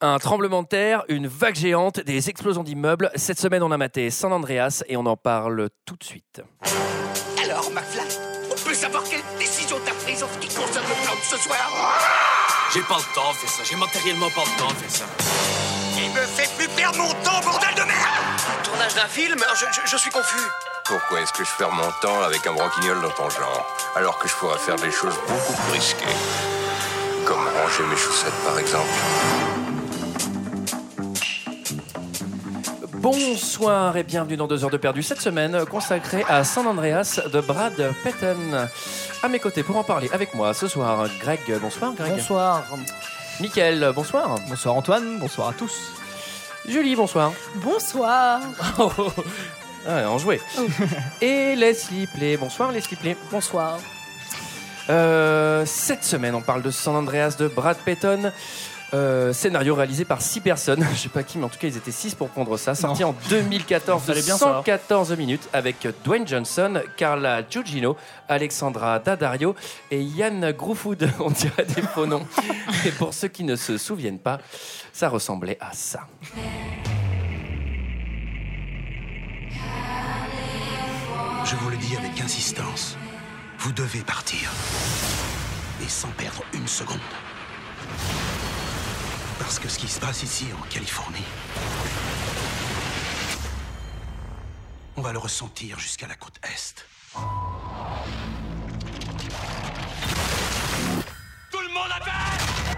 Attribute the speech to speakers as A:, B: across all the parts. A: Un tremblement de terre, une vague géante, des explosions d'immeubles. Cette semaine, on a maté San Andreas et on en parle tout de suite.
B: Alors, McFly, on peut savoir quelle décision t'as prise en ce qui concerne le plan de ce soir
C: J'ai pas le temps de faire ça, j'ai matériellement pas le temps de faire ça.
B: Il me fait plus perdre mon temps, bordel de merde
D: Tournage d'un film je, je- je suis confus.
E: Pourquoi est-ce que je perds mon temps avec un broquignol dans ton genre, alors que je pourrais faire des choses beaucoup plus risquées Comme ranger mes chaussettes, par exemple.
A: Bonsoir et bienvenue dans 2 heures de perdu cette semaine consacrée à San Andreas de Brad Petten. À mes côtés pour en parler avec moi ce soir, Greg. Bonsoir Greg.
F: Bonsoir.
A: Mickaël, bonsoir.
F: Bonsoir Antoine, bonsoir à tous.
A: Julie, bonsoir.
G: Bonsoir.
A: Ah, enjoué. Et Leslie Play. Bonsoir Leslie Play.
G: Bonsoir.
A: Euh, cette semaine, on parle de San Andreas de Brad Payton. Euh, scénario réalisé par 6 personnes, je sais pas qui, mais en tout cas ils étaient 6 pour prendre ça. Sorti en 2014 de
F: Fallait bien savoir.
A: 114 minutes avec Dwayne Johnson, Carla Giugino, Alexandra Daddario et Yann Groufood. On dirait des faux noms. Et pour ceux qui ne se souviennent pas, ça ressemblait à ça.
B: Je vous le dis avec insistance, vous devez partir. Et sans perdre une seconde. Parce que ce qui se passe ici, en Californie, on va le ressentir jusqu'à la côte Est.
C: Tout le monde à terre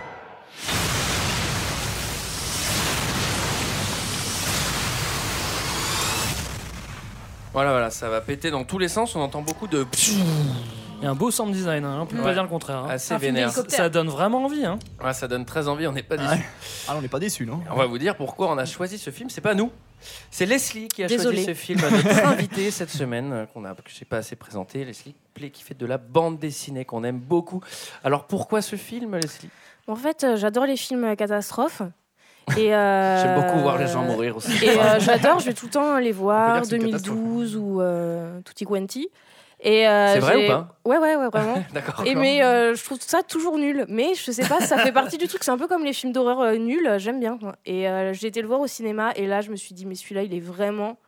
A: Voilà, voilà, ça va péter dans tous les sens. On entend beaucoup de
H: Il y a un beau sound design, hein, on peut
A: Ouais. Ah,
H: pas dire le
I: Ah,
H: contraire. hein.
A: assez
G: Un film
A: vénère.
G: d'hélicoptère.
H: Ça donne vraiment envie. Hein.
A: Ouais, ça donne très envie, on n'est pas déçus.
F: Ah, on n'est pas déçus, non
A: On va vous dire pourquoi on a choisi ce film. C'est pas nous. C'est Leslie qui a choisi
G: Désolée.
A: ce film, notre invitée cette semaine, euh, qu'on a, que je sais pas assez présenté. Leslie Play qui fait de la bande dessinée qu'on aime beaucoup. Alors pourquoi ce film, Leslie
I: En fait, euh, j'adore les films catastrophes. Et euh,
A: J'aime beaucoup voir les gens mourir aussi.
I: Et euh, j'adore, je vais tout le temps les
F: On peut dire
I: voir,
F: que c'est une
I: 2012 ou euh, Tutti Quanti. Et, euh,
A: C'est vrai
I: j'ai-
A: ou pas
I: Ouais, ouais, ouais, vraiment.
A: D'accord.
I: Et mais euh, je trouve ça toujours nul. Mais je sais pas, ça fait partie du truc. C'est un peu comme les films d'horreur euh, nuls. euh, J'aime bien. quoi. Et euh, j'ai été le voir au cinéma. Et là, je me suis dit, mais celui-là, il est vraiment.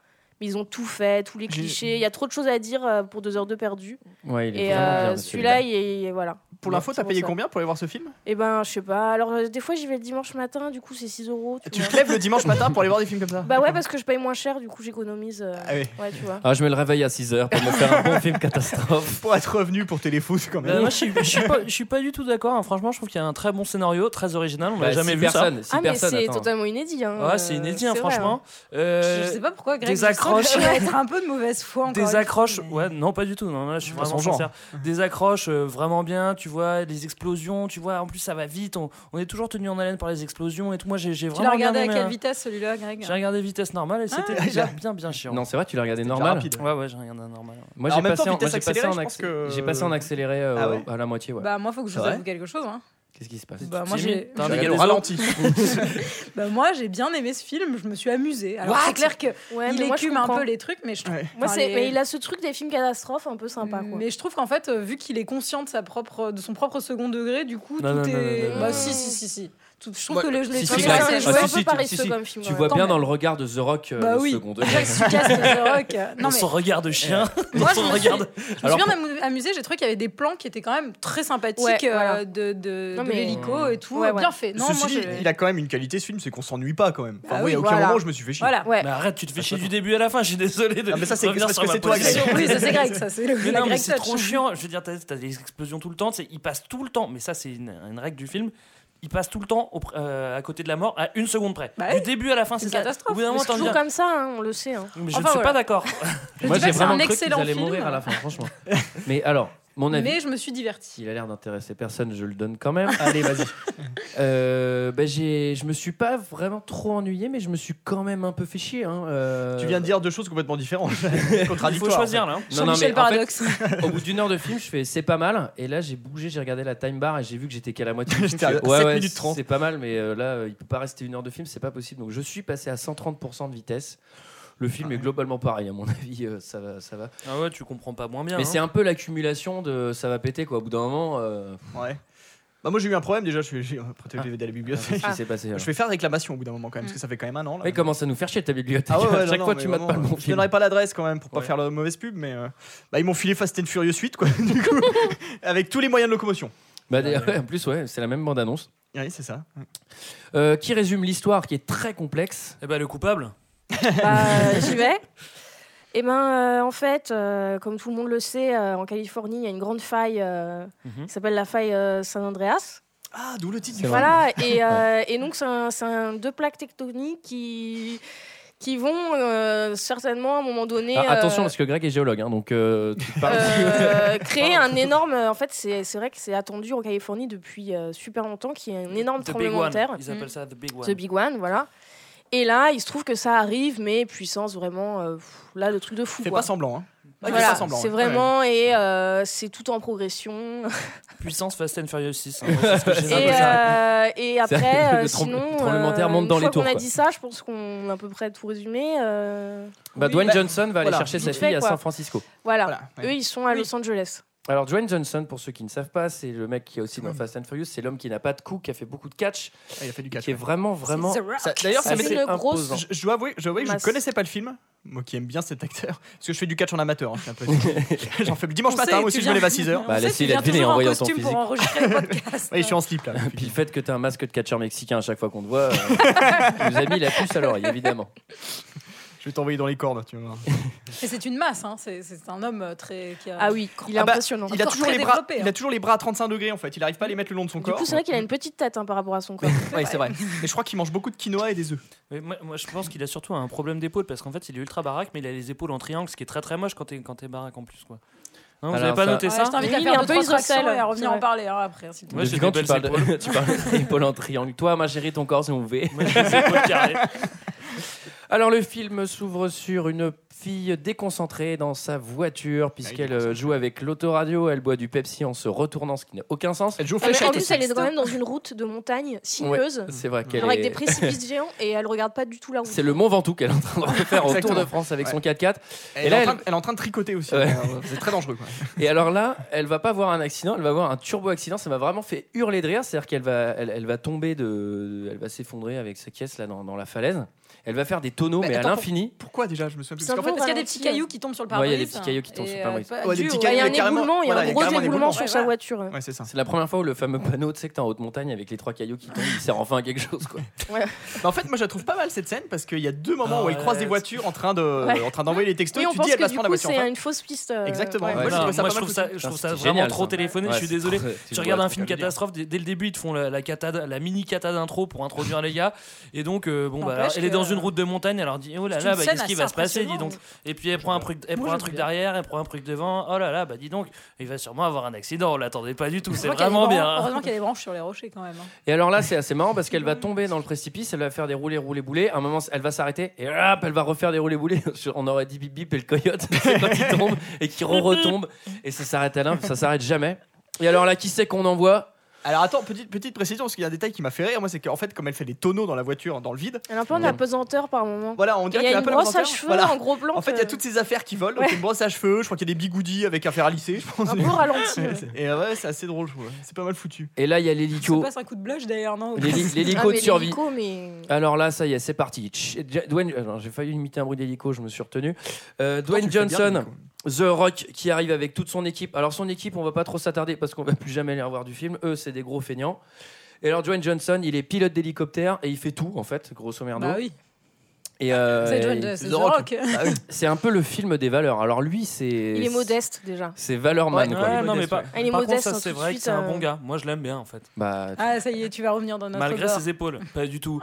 I: Mais ils ont tout fait, tous les
F: J'ai-
I: clichés. Il y a trop de choses à dire euh, pour deux heures de perdu.
A: Ouais, il est
I: Et
A: vraiment
I: euh,
A: bien,
I: celui-là, il est- il est- voilà.
F: Pour
I: Non,
F: l'info,
I: c'est
F: t'as
I: pour
F: payé
I: ça.
F: combien pour aller voir ce film
I: Eh ben, je sais pas. Alors, euh, des fois, j'y vais le dimanche matin, du coup, c'est 6 euros. Tu
F: Tu
I: vois.
F: te lèves le dimanche matin pour aller voir des films comme ça
I: Bah ouais, parce que je paye moins cher, du coup, j'économise. euh,
F: Ah oui.
I: Ouais, tu vois.
A: Ah, je me le réveille à 6 heures pour me faire un bon film catastrophe.
F: Pour être revenu pour téléfoot quand
H: Euh,
F: même.
A: Bah,
H: moi, je suis, je suis pas, je suis pas du tout d'accord. hein. Franchement, je trouve qu'il y a un très bon scénario, très original.
A: Bah,
H: On l'a jamais vu
A: personne,
I: Ah, mais c'est totalement inédit. Hein.
H: ça. Ouais, c'est inédit, hein,
I: C'est vrai,
H: franchement.
G: Je
H: Euh,
G: je sais pas pourquoi Greg
H: des
G: je sens que
H: accroches.
G: tu vas être un peu de mauvaise foi encore. une
H: des
G: fois,
H: accroches,
G: mais-
H: ouais, non, pas du tout. Non, là, je suis
F: Pas
H: vraiment
F: son genre.
H: sincère. Des accroches euh, vraiment bien, tu vois, des explosions, tu vois. En plus, ça va vite. On, on est toujours tenu en haleine par les explosions et tout. Moi, j'ai j'ai
G: Tu l'as
H: vraiment
G: regardé
H: bien
G: à
H: aimé,
G: quelle
H: hein.
G: vitesse celui-là, Greg
H: J'ai regardé vitesse normale et c'était
F: Ah,
H: déjà
F: il a-
H: bien, bien chiant.
A: Non, c'est vrai, tu l'as regardé
F: C'était
A: normal.
F: rapide.
H: Ouais, ouais, j'ai regardé en normal.
A: Moi,
F: Alors,
A: j'ai
F: en même
A: passé,
F: temps,
A: en- moi,
F: vitesse
A: j'ai passé
F: accélérée,
A: en
F: je pense
A: acc-
F: que-
A: j'ai passé en accéléré euh,
F: Ah ouais
A: à la moitié. Ouais.
G: Bah moi, faut que je
F: C'est
G: vous
F: vrai
G: avoue quelque chose. hein.
A: Qu'est-ce qui se passe
G: Bah, moi,
H: Jimmy,
G: j'ai-
H: t'as un
F: J'ai regardé
H: dégât des
F: au
H: eaux.
F: ralenti.
G: bah, moi, j'ai bien aimé ce film. Je me suis amusée. Alors c'est clair que
I: hein. Ouais,
G: il
I: mais moi, je
G: écume un
I: comprends.
G: peu les trucs, mais je trouve.
F: Ouais.
I: Moi,
G: enfin,
I: c'est-
G: les-
I: Mais il a ce truc des films catastrophes un peu sympa, quoi.
G: Mais je trouve qu'en fait, euh, vu qu'il est conscient de sa propre, de son propre second degré, du coup,
H: Non,
G: tout
H: non, non,
G: est.
H: non, non,
G: bah
I: non.
G: si, si, si, si. Tout- je trouve
A: Moi,
G: que les, les
A: si,
G: trucs
A: si,
G: là,
A: grave.
G: c'est
A: Ah,
G: joué.
A: si,
I: un
A: si,
I: peu
A: tu- si,
I: paresseux
A: si.
I: comme film.
A: Tu
I: ouais.
A: vois
G: Attends,
A: bien
G: mais-
A: dans le regard de The Rock euh,
G: Bah
A: le
G: oui.
A: second
G: Jack
A: degré.
G: Sucas de The Rock. Non
H: On
G: mais
H: se regarde de chien.
G: moi, je
H: on se
G: me suis-
H: regarde.
G: Je me
A: Alors,
G: suis bien amu- amusée, j'ai trouvé qu'il y avait des plans qui étaient quand même très sympathiques
I: Ouais,
G: euh,
I: voilà.
G: de, de,
I: Non,
G: de
I: mais-
G: l'hélico et tout.
I: Ouais, ouais.
G: Bien fait. Non,
F: Ceci
G: moi,
F: dit,
G: j'ai-
F: il a quand même une qualité ce film, c'est qu'on s'ennuie pas quand même. Enfin,
G: Bah
F: moi, il y a
G: oui,
F: aucun
G: voilà.
F: moment où je me suis fait chier.
G: Voilà.
I: Ouais.
H: Ah, Mais arrête, tu te fais chier du début à la fin, je suis désolé de
F: Ah, mais ça, c'est
H: revenir
F: parce
H: sur
F: que
H: ma
F: c'est toi,
H: position.
F: Greg.
G: Oui, ça c'est Greg, ça c'est le
H: Mais
G: la
H: non, mais
G: Greg
H: c'est
G: touch.
H: trop chiant. Je veux dire, t'as t'as des explosions tout le temps. tu sais, Ils passent tout le temps. Mais ça, c'est une, une règle du film. Ils passent tout le temps au pr- euh, à côté de la mort à une seconde près.
G: Bah
H: du
G: oui.
H: début à la fin,
G: C'est
H: c'est
G: une
H: ça.
G: catastrophe.
H: Au bout d'un
G: Mais
H: moment,
G: c'est
H: t'en
I: Toujours
H: viens.
I: comme ça, hein, on le sait. hein.
H: Mais je
G: Enfin,
H: ne suis
G: voilà.
H: pas d'accord.
G: Je
A: Moi,
G: dis pas
A: j'ai
G: que c'est un
A: vraiment cru qu'ils
G: excellent
A: allaient
G: film,
A: mourir à la fin, franchement. Mais alors, mon avis,
G: Mais je me suis divertie.
A: s'il a l'air d'intéresser personne, je le donne quand même. Allez, vas-y. Euh, bah, j'ai- je me suis pas vraiment trop ennuyé, mais je me suis quand même un peu fait chier. hein, euh.
F: Tu viens de dire deux choses complètement différentes.
H: Il faut
F: Contradictoires.
H: choisir là.
A: Non, non,
G: Jean-Michel
A: mais en fait,
G: Paradoxe.
A: au bout d'une heure de film, je fais c'est pas mal. Et là, j'ai bougé, j'ai regardé la time bar et j'ai vu que j'étais qu'à la moitié. du film.
F: J'étais
A: Je
F: à
A: fais, ouais,
F: 7
A: ouais,
F: minutes 30.
A: C'est pas mal, mais euh, là, euh, il peut pas rester une heure de film, c'est pas possible. Donc, je suis passé à 130% de vitesse. Le
F: Ah
A: film est globalement pareil, à mon avis, euh, ça va, ça va.
H: Ah ouais, tu comprends pas moins bien.
A: Mais
H: hein.
A: c'est un peu l'accumulation de ça va péter quoi. Au bout d'un moment, euh,
F: Ouais. Bah, moi, j'ai eu un problème déjà. je suis- J'ai prêté le DVD à la bibliothèque.
A: Qu'est-ce ah, qui s'est passé alors
F: Je vais faire réclamation au bout d'un moment quand même, parce que ça fait quand même un an là.
A: Oui, commence à nous faire chier ta bibliothèque.
F: Ah ouais, ouais,
A: à
F: non,
A: chaque
F: non,
A: fois,
F: mais
A: tu mates
F: vraiment,
A: pas le bon
F: Je
A: film.
F: donnerai pas l'adresse quand même pour pas
H: Ouais.
F: faire la mauvaise pub, mais euh, bah, ils m'ont filé Fast and Furious 8, quoi, du coup, avec tous les moyens de locomotion.
A: Bah, d'ailleurs, en plus, ouais, c'est la même bande-annonce.
F: Oui, c'est ça.
A: Euh, qui résume l'histoire qui est très complexe.
H: Eh ben, le coupable.
I: Bah, j'y vais. Et ben, euh, en fait, euh, comme tout le monde le sait, euh, en Californie, il y a une grande faille euh,
H: Mhm.
I: qui s'appelle la faille euh, San Andreas.
F: Ah, d'où le titre
A: C'est
F: du
A: vrai.
I: Voilà, et, euh, et donc, c'est un, c'est un- deux plaques tectoniques qui, qui vont euh, certainement à un moment donné.
A: Ah, attention,
I: euh,
A: parce que Greg est géologue, hein, donc euh, tu parles.
I: euh, créer un énorme. euh, En fait, c'est c'est vrai que c'est attendu en Californie depuis euh, super longtemps qu'il y ait un énorme
H: The Big
I: tremblement de
H: One.
I: terre.
H: Ils
G: Mm.
H: appellent ça The Big One.
I: The Big One, voilà. Et là, il se trouve que ça arrive, mais puissance vraiment. euh, pff, là, le truc de fou.
F: Fais
I: quoi.
F: pas semblant. Hein. Ah, il fait
I: Voilà,
F: pas semblant,
I: c'est
F: ouais.
I: vraiment et euh, c'est tout en progression.
H: Puissance Fast and Furious 6. hein, c'est ce que j'ai
I: et,
H: noté.
I: euh, et
A: Ça,
I: après,
A: le
I: euh,
A: trem-
I: sinon,
A: tremblement de terre
I: euh,
A: monte
I: une
A: dans les
I: fois qu'on
A: tours,
I: a
A: quoi.
I: dit ça, je pense qu'on a à peu près tout résumé. euh,
A: Bah,
F: oui,
A: Dwayne
F: bah,
A: Johnson va aller
F: voilà,
A: chercher sa
I: vite fait,
A: fille à
I: quoi.
A: San Francisco.
I: voilà.
F: Voilà, ouais.
I: Eux, ils sont à
F: Oui.
I: Los Angeles.
A: Alors, Dwayne Johnson, pour ceux qui ne savent pas, c'est le mec qui est aussi dans Fast and Furious. C'est l'homme qui n'a pas de coup, qui a fait beaucoup de catch,
F: Ah, il a fait du catch.
A: qui est vraiment, vraiment.
I: C'est The Rock.
F: Ça- D'ailleurs, ça
A: assez
I: m'était- une grosse-
A: imposant.
F: Je, je dois avouer, je, dois avouer que je
I: Masse.
F: connaissais pas le film. Moi qui aime bien cet acteur, parce que je fais du catch en amateur. hein, je suis un peu- J'en fais le dimanche
G: On
F: matin,
G: sait,
F: moi aussi
G: tu
F: je me
G: viens-
F: lève à 6h.
A: Bah,
G: On sait
A: laisse-y,
G: qu'il
A: il a
G: vient
A: deviné
G: toujours
A: en voyant son
G: costume pour
A: physique.
G: enregistrer le podcast.
F: Oui, je suis en slip là.
A: Puis le fait que tu as un masque de catcheur mexicain à chaque fois qu'on te voit, euh, nous a mis la puce à l'oreille, évidemment.
F: Je vais t'envoyer dans les cordes, tu vois.
G: Et c'est une masse, hein. c'est c'est un homme euh, très. Qui a...
I: Ah oui, il est
F: Ah bah,
I: impressionnant.
F: Il a
G: Encore
F: toujours
G: très
F: les bras,
G: développé, hein.
F: il a toujours les bras à 35 degrés en fait. Il arrive pas à les mettre le long de son
I: Du
F: corps.
I: coup, c'est vrai qu'il a une petite tête hein, par rapport à son corps.
F: Ouais, c'est vrai. Mais je crois qu'il mange beaucoup de quinoa et des œufs.
H: Mais moi, moi, je pense qu'il a surtout un problème d'épaule parce qu'en fait, il est ultra baraque, mais il a les épaules en triangle, ce qui est très très moche quand t'es quand t'es baraque en plus. quoi. Hein, vous
A: Alors,
H: avez pas
A: ça-
H: noté
G: Ouais,
H: ça
G: je t'invite à
I: Oui, il
G: faire
I: est
G: un
I: un peu
G: peu
I: Israël,
G: et à
I: c'est
G: revenir
I: vrai.
G: en parler hein, après. s'il te plaît.
H: Moi, j'ai
A: Depuis
H: des
A: quand tu parles,
H: belles
A: de...
H: épaules.
A: tu parles d'épaules en triangle Toi, ma chérie, ton corps, c'est un V.
H: Moi, j'ai les épaules carrées.
A: Alors le film s'ouvre sur une fille déconcentrée dans sa
H: Ah,
A: voiture puisqu'elle euh, joue avec l'autoradio, elle boit du Pepsi en se retournant, ce qui n'a aucun sens.
F: Elle joue au
I: Ah, mais en
F: fléchette
I: plus,
F: aussi.
I: elle est quand même dans une route de montagne sinueuse,
A: C'est
H: Mmh.
A: vrai qu'elle
I: alors avec
A: est-
I: des précipices géants, et elle regarde pas du tout la route.
A: C'est le Mont Ventoux qu'elle est en train de refaire au Tour
F: Exactement.
A: de France avec
F: Ouais.
A: son 4x4.
F: Elle,
A: Et là,
F: est en
A: elle-
F: train, de- elle est en train de tricoter aussi.
A: Ouais.
F: Euh, C'est très dangereux. Quoi.
A: Et alors là, elle va pas voir un accident, elle va voir un turbo accident. Ça m'a vraiment fait hurler de rire. C'est-à-dire qu'elle va, elle, elle va tomber de, elle va s'effondrer avec sa caisse là dans, dans la falaise. Elle va faire des tonneaux mais,
F: Mais
A: à
F: attends,
A: l'infini.
F: Pourquoi déjà Je me souviens plus. Parce qu'en
I: Simplement,
F: fait,
G: Parce qu'il y a des
I: ralenti,
G: petits
I: euh.
G: cailloux qui tombent sur le
A: Ouais, il
G: pare-brise.
A: y a des petits cailloux qui tombent sur le pare-brise.
F: Ouais, des petits
I: Il y a un
F: Il y a carrément-
I: éboulement, il y a
F: voilà,
I: un
F: il y a
I: gros
F: carrément un
I: éboulement
F: éboulement.
I: sur sa voiture.
F: ouais, c'est ça.
A: C'est la première fois où le fameux panneau, tu sais que t'es en haute montagne avec les trois cailloux qui tombent, il sert enfin à quelque chose quoi.
F: Mais en fait, moi, je la trouve pas mal cette scène parce qu'il y a deux moments
H: Ah
F: où elle croise
H: ouais,
F: des
H: c'est-
F: voitures en train de,
I: Ouais.
F: en train d'envoyer les textos.
I: Oui,
F: et
I: on
F: tu
I: pense
F: dis, elle
I: que
F: passe
I: du
F: prendre la
I: coup,
F: voiture. en
I: c'est
F: fait.
I: une fausse piste. euh,
F: Exactement.
I: ouais.
F: Moi,
A: Ouais.
F: je
H: Voilà,
F: trouvais ça
H: moi,
F: pas
H: je
F: mal
H: trouve ça, je
A: Putain,
H: trouve ça
A: Ah, c'était
H: vraiment
A: génial,
H: trop
A: ça.
H: téléphoné.
A: Ouais,
H: je suis
A: c'est
H: désolé.
A: très-
H: Tu
A: ouais,
H: regardes un
A: c'est
H: film
A: très bien.
H: catastrophe, dès, dès le début, ils te font la, la cata- la mini cata d'intro pour introduire les gars. Et donc, euh, bon, bah,
G: N'empêche
H: alors, elle est dans
G: que-
H: une route de montagne, elle leur dit Oh là
G: C'est
H: là,
G: une
H: bah,
G: scène
H: qu'est-ce qui
G: assez
H: va se passer, dis donc.
G: impressionnante.
H: Et puis elle prend un truc, elle
G: Moi,
H: prend un
G: j'aime
H: truc
G: bien.
H: derrière, elle prend un truc devant. Oh là là, bah dis donc, il va sûrement avoir un accident, on l'attendait pas du tout, c'est
G: Heureusement qu'il y a des
H: vraiment
G: branches-
H: bien. hein.
G: Heureusement qu'il y a des branches sur les rochers quand même. hein.
A: Et alors là, c'est assez marrant parce qu'elle va tomber dans le précipice, elle va faire des roulés, roulés, boulés. À un moment, elle va s'arrêter et hop, elle va refaire des roulés, boulés. On aurait dit bip bip et le coyote, c'est quand il tombe et qui retombe et ça s'arrête à l'un, ça s'arrête jamais. Et alors là, qui c'est qu'on envoie
F: Alors attends, petite, petite précision parce qu'il y a un détail qui m'a fait rire. Moi, c'est qu'en fait, comme elle fait des tonneaux dans la voiture, dans le vide.
I: Elle a un peu de la pesanteur par moment.
F: Voilà, on
I: Et Il
F: dirait
I: y
F: qu'elle
I: a
F: a
I: une
F: pas la
I: brosse à
F: volontaire.
I: cheveux,
F: Voilà.
I: un gros plan.
F: En fait, il y a
I: que-
F: toutes ces affaires qui volent.
I: Ouais.
F: Donc, une brosse à cheveux. Je crois qu'il y a des bigoudis avec un fer à lisser. Je pense.
I: Un peu ralenti. ouais.
F: Et euh, ouais, c'est assez drôle. je trouve. C'est pas mal foutu.
A: Et là, il y a
G: Ça
A: l'hélico,
G: passe un coup de blush d'ailleurs, non
A: l'héli-
I: Ah,
A: l'hélico
I: mais
A: de survie. Ah,
I: l'hélico, mais-
A: Alors là, ça y est, c'est parti. Tch- Ja- Dwayne, alors, j'ai failli imiter un bruit d'hélico, je me suis retenu. Euh, Dwayne
F: Attends, tu fais bien,
A: Johnson,
F: Nico.
A: The Rock, qui arrive avec toute son équipe. Alors son équipe, on va pas trop s'attarder parce qu'on va plus jamais les revoir du film. Eux, c'est des gros feignants. Et alors Dwayne Johnson, il est pilote d'hélicoptère et il fait tout en fait, grosso merdo.
G: Bah oui,
A: Et euh, bah
G: c'est John- c'est
F: The
G: The
F: Rock.
G: Rock.
A: c'est un peu le film des valeurs. Alors lui, c'est
I: Il est modeste déjà.
A: C'est Valorman.
F: Ouais,
A: quoi.
H: Ouais, non, mais pas.
I: Elle est
H: Par contre,
I: modeste,
H: ça,
I: hein,
H: c'est
I: tout de
H: vrai que
I: suite,
H: c'est un
I: euh.
H: bon gars. Moi, je l'aime bien en fait.
A: Bah,
G: Ah, ça y est, tu vas revenir dans notre
H: Malgré
G: bord.
H: ses épaules, pas du tout.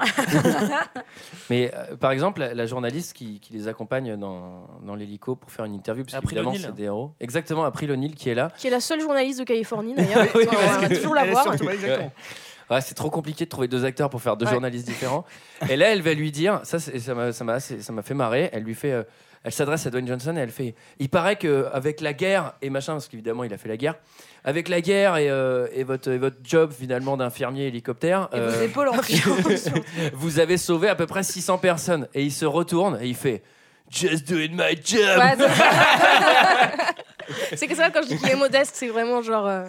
A: mais euh, par exemple, la, la journaliste qui, qui les accompagne dans, dans l'hélico pour faire une interview, parce
H: April
A: qu'évidemment
H: O'Neil.
A: c'est des héros. Exactement, April O'Neill qui est là.
I: Qui est la seule journaliste de Californie d'ailleurs.
A: Oui,
I: Enfin,
A: parce
I: on va
A: que-
I: toujours la
F: Elle est
I: voir.
F: surtout- ouais, exactement.
A: Ouais, c'est trop compliqué de trouver deux acteurs pour faire deux
I: Ouais.
A: journalistes différents. Et là, elle va lui dire, ça, c'est- ça m'a, ça m'a, assez- ça m'a fait marrer. Elle lui fait, euh, elle s'adresse à Dwayne Johnson et elle fait, il paraît que avec la guerre et machin, parce qu'évidemment il a fait la guerre, avec la guerre et, euh, et votre et votre job finalement d'infirmier hélicoptère,
G: Et vos
A: euh,
G: épaules en triangle. surtout.
A: vous avez sauvé à peu près 600 personnes. Et il se retourne et il fait, just doing my job.
I: Ouais, c'est- c'est que ça, quand je dis qu'il est modeste, c'est vraiment genre. euh,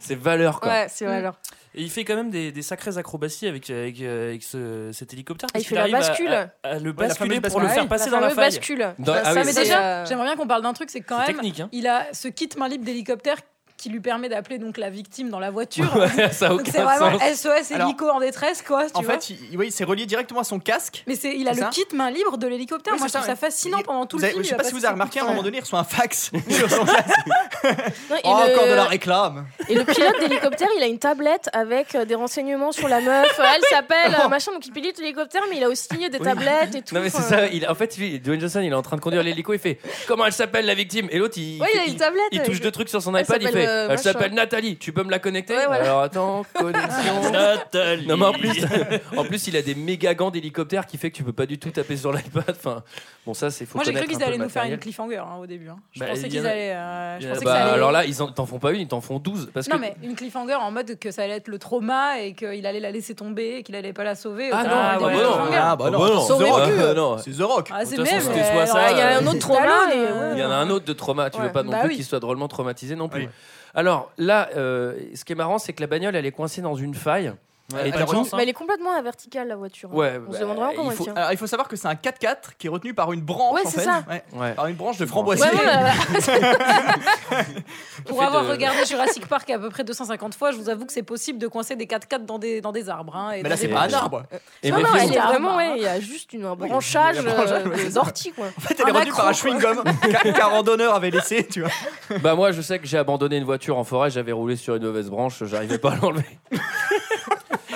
A: C'est valeur quoi. Mm.
I: Ouais, c'est vrai. alors.
H: Et il fait quand même des, des sacrées acrobaties avec, avec, euh, avec ce- cet hélicoptère.
I: Ah, il
H: parce
I: fait
H: qu'il
I: la
H: arrive à-
I: bascule.
H: À, à le
F: fameuse
H: basculer pour
F: bascule.
H: le
F: Ah
H: faire
F: oui,
H: passer
I: la
H: dans la
I: fameuse
H: faille.
I: bascule.
A: Dans- ah oui,
G: mais
I: c'est-
G: déjà,
I: euh,
G: j'aimerais bien qu'on parle d'un truc, c'est que quand
H: C'est
G: même,
H: technique. Hein.
G: il a ce kit main libre d'hélicoptère qui lui permet d'appeler donc la victime dans la voiture.
A: Ouais, ça a
G: donc c'est
A: aucun
G: vraiment
A: sens.
G: SOS
F: Alors,
G: hélico en détresse, quoi. Tu
F: En
G: vois.
F: fait, il- oui, c'est relié directement à son casque.
G: mais c'est, il a
F: c'est
G: le
F: ça
G: kit main libre de l'hélicoptère.
F: Oui,
G: Moi,
F: c'est
G: je trouve
F: ça,
G: ça fascinant
F: Il-
G: pendant tout
F: vous
G: le
F: avez-
G: film.
F: Je
G: il
F: sais
G: a
F: pas si
G: passé
F: vous avez remarqué, à un moment donné, il reçoit un fax sur son casque.
I: non, et
F: Oh,
I: le-
F: encore de la réclame.
I: Et le pilote d'hélicoptère, il a une tablette avec euh, des renseignements sur la meuf. Euh, Elle s'appelle euh, machin, donc il pilote l'hélicoptère, mais il a aussi des tablettes et tout.
A: Non mais
G: euh.
A: c'est
I: enfin.
A: ça, il, en fait, il- Dwayne Johnson, il est en train de conduire l'hélico, il fait comment elle s'appelle la victime Et l'autre, il,
I: Ouais, il a
A: il-
I: une tablette. euh,
A: il
G: euh,
A: touche deux trucs sur son
I: Elle
A: iPad, il
I: s'appelle,
A: fait
I: euh,
A: elle
I: machin.
A: s'appelle Nathalie, tu peux me la connecter
I: Ouais, voilà.
A: Alors attends, connexion.
H: Nathalie.
A: Non mais en plus, en plus il a des méga gants d'hélicoptère qui fait que tu peux pas du tout taper sur l'iPad. Enfin, bon ça c'est faut
G: Moi, j'ai cru
A: connaître
G: qu'ils
A: un peu
G: allaient
A: le
G: nous faire une
A: matériel.
G: cliffhanger hein, au début. hein. Je
H: Bah, il
G: pensais
H: y
G: qu'ils
H: en a-
G: allaient. euh, je
H: il y en a-
G: pensais que
A: Bah,
G: ça allait-
A: alors là ils en- t'en font pas une, ils t'en font 12 parce
G: non,
A: que
G: mais une cliffhanger en mode que ça allait être le trauma et qu'il allait la laisser tomber et qu'il allait pas la sauver.
A: Ah
G: Autant
A: non,
G: la
A: ah
G: mettre
A: bah
G: dans
A: non.
G: le cliffhanger.
F: Ah
A: Bah
F: bah
A: non,
F: c'est The
G: Sauver
F: Rock.
A: plus.
F: Euh, non, C'est The Rock.
G: Ah, c'est
H: De toute
G: même.
H: façon, c'était soit
G: euh,
H: ça,
G: alors,
I: Il y a
H: euh,
I: un autre trauma.
G: Stallone,
I: et,
G: euh,
I: ouais.
A: Il y en a un autre de trauma, tu
G: Ouais.
A: veux pas non
G: Bah
A: plus
G: oui.
A: qu'il soit drôlement traumatisé non
H: Ah
A: plus.
F: Oui.
A: Alors là, euh, ce qui est marrant, c'est que la bagnole, elle est coincée dans une faille.
H: Ouais,
A: Et
H: pas
A: du
H: de
A: coup-
H: chance, hein.
I: Mais elle est complètement à la verticale, la voiture. hein.
A: Ouais,
I: On se
A: bah,
I: demande vraiment comment
A: il
I: elle
A: faut-
I: tient.
F: Alors il faut savoir que c'est un 4x4 qui est retenu par une branche
I: Ouais,
F: en
I: c'est
F: fait.
I: ça.
F: Ouais.
A: Ouais.
F: Par une branche de framboisier.
I: Ouais, voilà, voilà.
G: Pour
A: fait
G: avoir
A: de-
G: regardé Jurassic Park à peu près 250 fois, je vous avoue que c'est possible de coincer des 4x4 dans des, dans des arbres. hein, et
F: Mais là
G: dans
F: c'est
G: des-
F: pas un arbre.
A: Et
I: non,
A: mais
I: non,
A: fais-
I: elle est
G: Ah,
I: vraiment,
G: bah.
I: ouais, il y a juste une, un
F: Oui,
I: branchage
F: il y a un
I: euh,
F: branchage, ouais.
I: de- d'ortie, quoi.
F: En fait elle est
G: Un
F: retenue par un
G: accro,
F: chewing-gum qu'un qu'un randonneur avait laissé, tu vois.
A: Bah moi, je sais que j'ai abandonné une voiture en forêt, j'avais roulé sur une mauvaise branche, j'arrivais pas à l'enlever.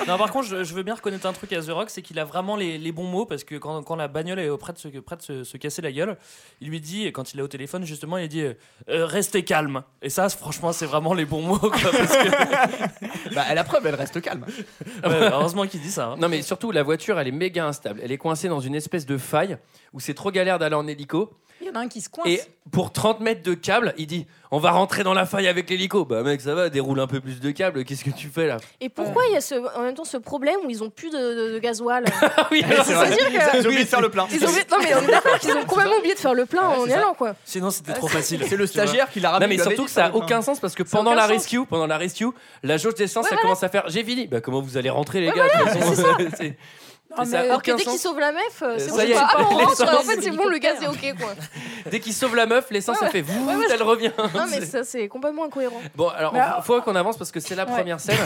H: Non, par contre, je, je veux bien reconnaître un truc à The Rock, c'est qu'il a vraiment les, les bons mots parce que quand, quand la bagnole est près de, se, près de se, se casser la gueule, il lui dit, quand il est au téléphone, justement, il dit euh, Euh, Restez calme. Et ça, c'est- franchement, c'est vraiment les bons mots. quoi, parce que-
F: Bah la preuve elle reste calme.
H: Ouais, heureusement qu'il dit ça. hein.
A: Non mais surtout, la voiture, elle est méga instable. Elle est coincée dans une espèce de faille où c'est trop galère d'aller en hélico.
G: Il y en a un qui se coince.
A: Et pour 30 mètres de câble, il dit on va rentrer dans la faille avec l'hélico. Bah mec, ça va, déroule un peu plus de câble. Qu'est-ce que tu fais là
I: Et pourquoi il y a ce, en même temps ce problème où ils ont plus de, de- de gasoil
A: Ah oui, alors,
F: C'est vrai.
I: C'est-à-dire que-
F: Ils ont oublié de faire le plein.
I: Ils ont oublié- Non, mais on est d'accord qu'ils ont complètement oublié de faire le plein
F: Ouais,
I: en
F: c'est
I: y
F: ça.
I: allant, quoi.
H: Sinon, c'était trop facile.
F: C'est le
H: Tu vois.
F: stagiaire qui l'a ramené.
A: Non mais
F: Ah, il lui avait
A: surtout
F: dit
A: que
F: de
A: ça
F: faire
A: a
F: le plein.
A: aucun sens parce que pendant
G: aucun
A: la
G: sens.
A: rescue, pendant la rescue, la jauge d'essence
I: Ouais,
A: elle commence à faire j'ai fini. Bah comment vous allez rentrer les gars De toute façon, c'est-
G: Ah, mais
A: ça a
I: Alors que
A: aucun
I: dès qu'ils
A: sens.
I: sauvent la meuf, euh,
A: Euh,
I: c'est bon,
A: ça y
I: c'est
A: est,
I: pas, ah, on
A: les
I: rentre,
A: gens-
I: en fait, c'est bon, le gaz est ok, quoi.
A: Dès qu'il sauve la meuf, l'essence ça fait vous,
I: ouais,
A: elle revient.
I: Non, mais ça, c'est complètement incohérent.
A: Bon alors,
G: Mais alors-
A: faut qu'on avance parce que c'est la
G: Ouais.
A: première scène.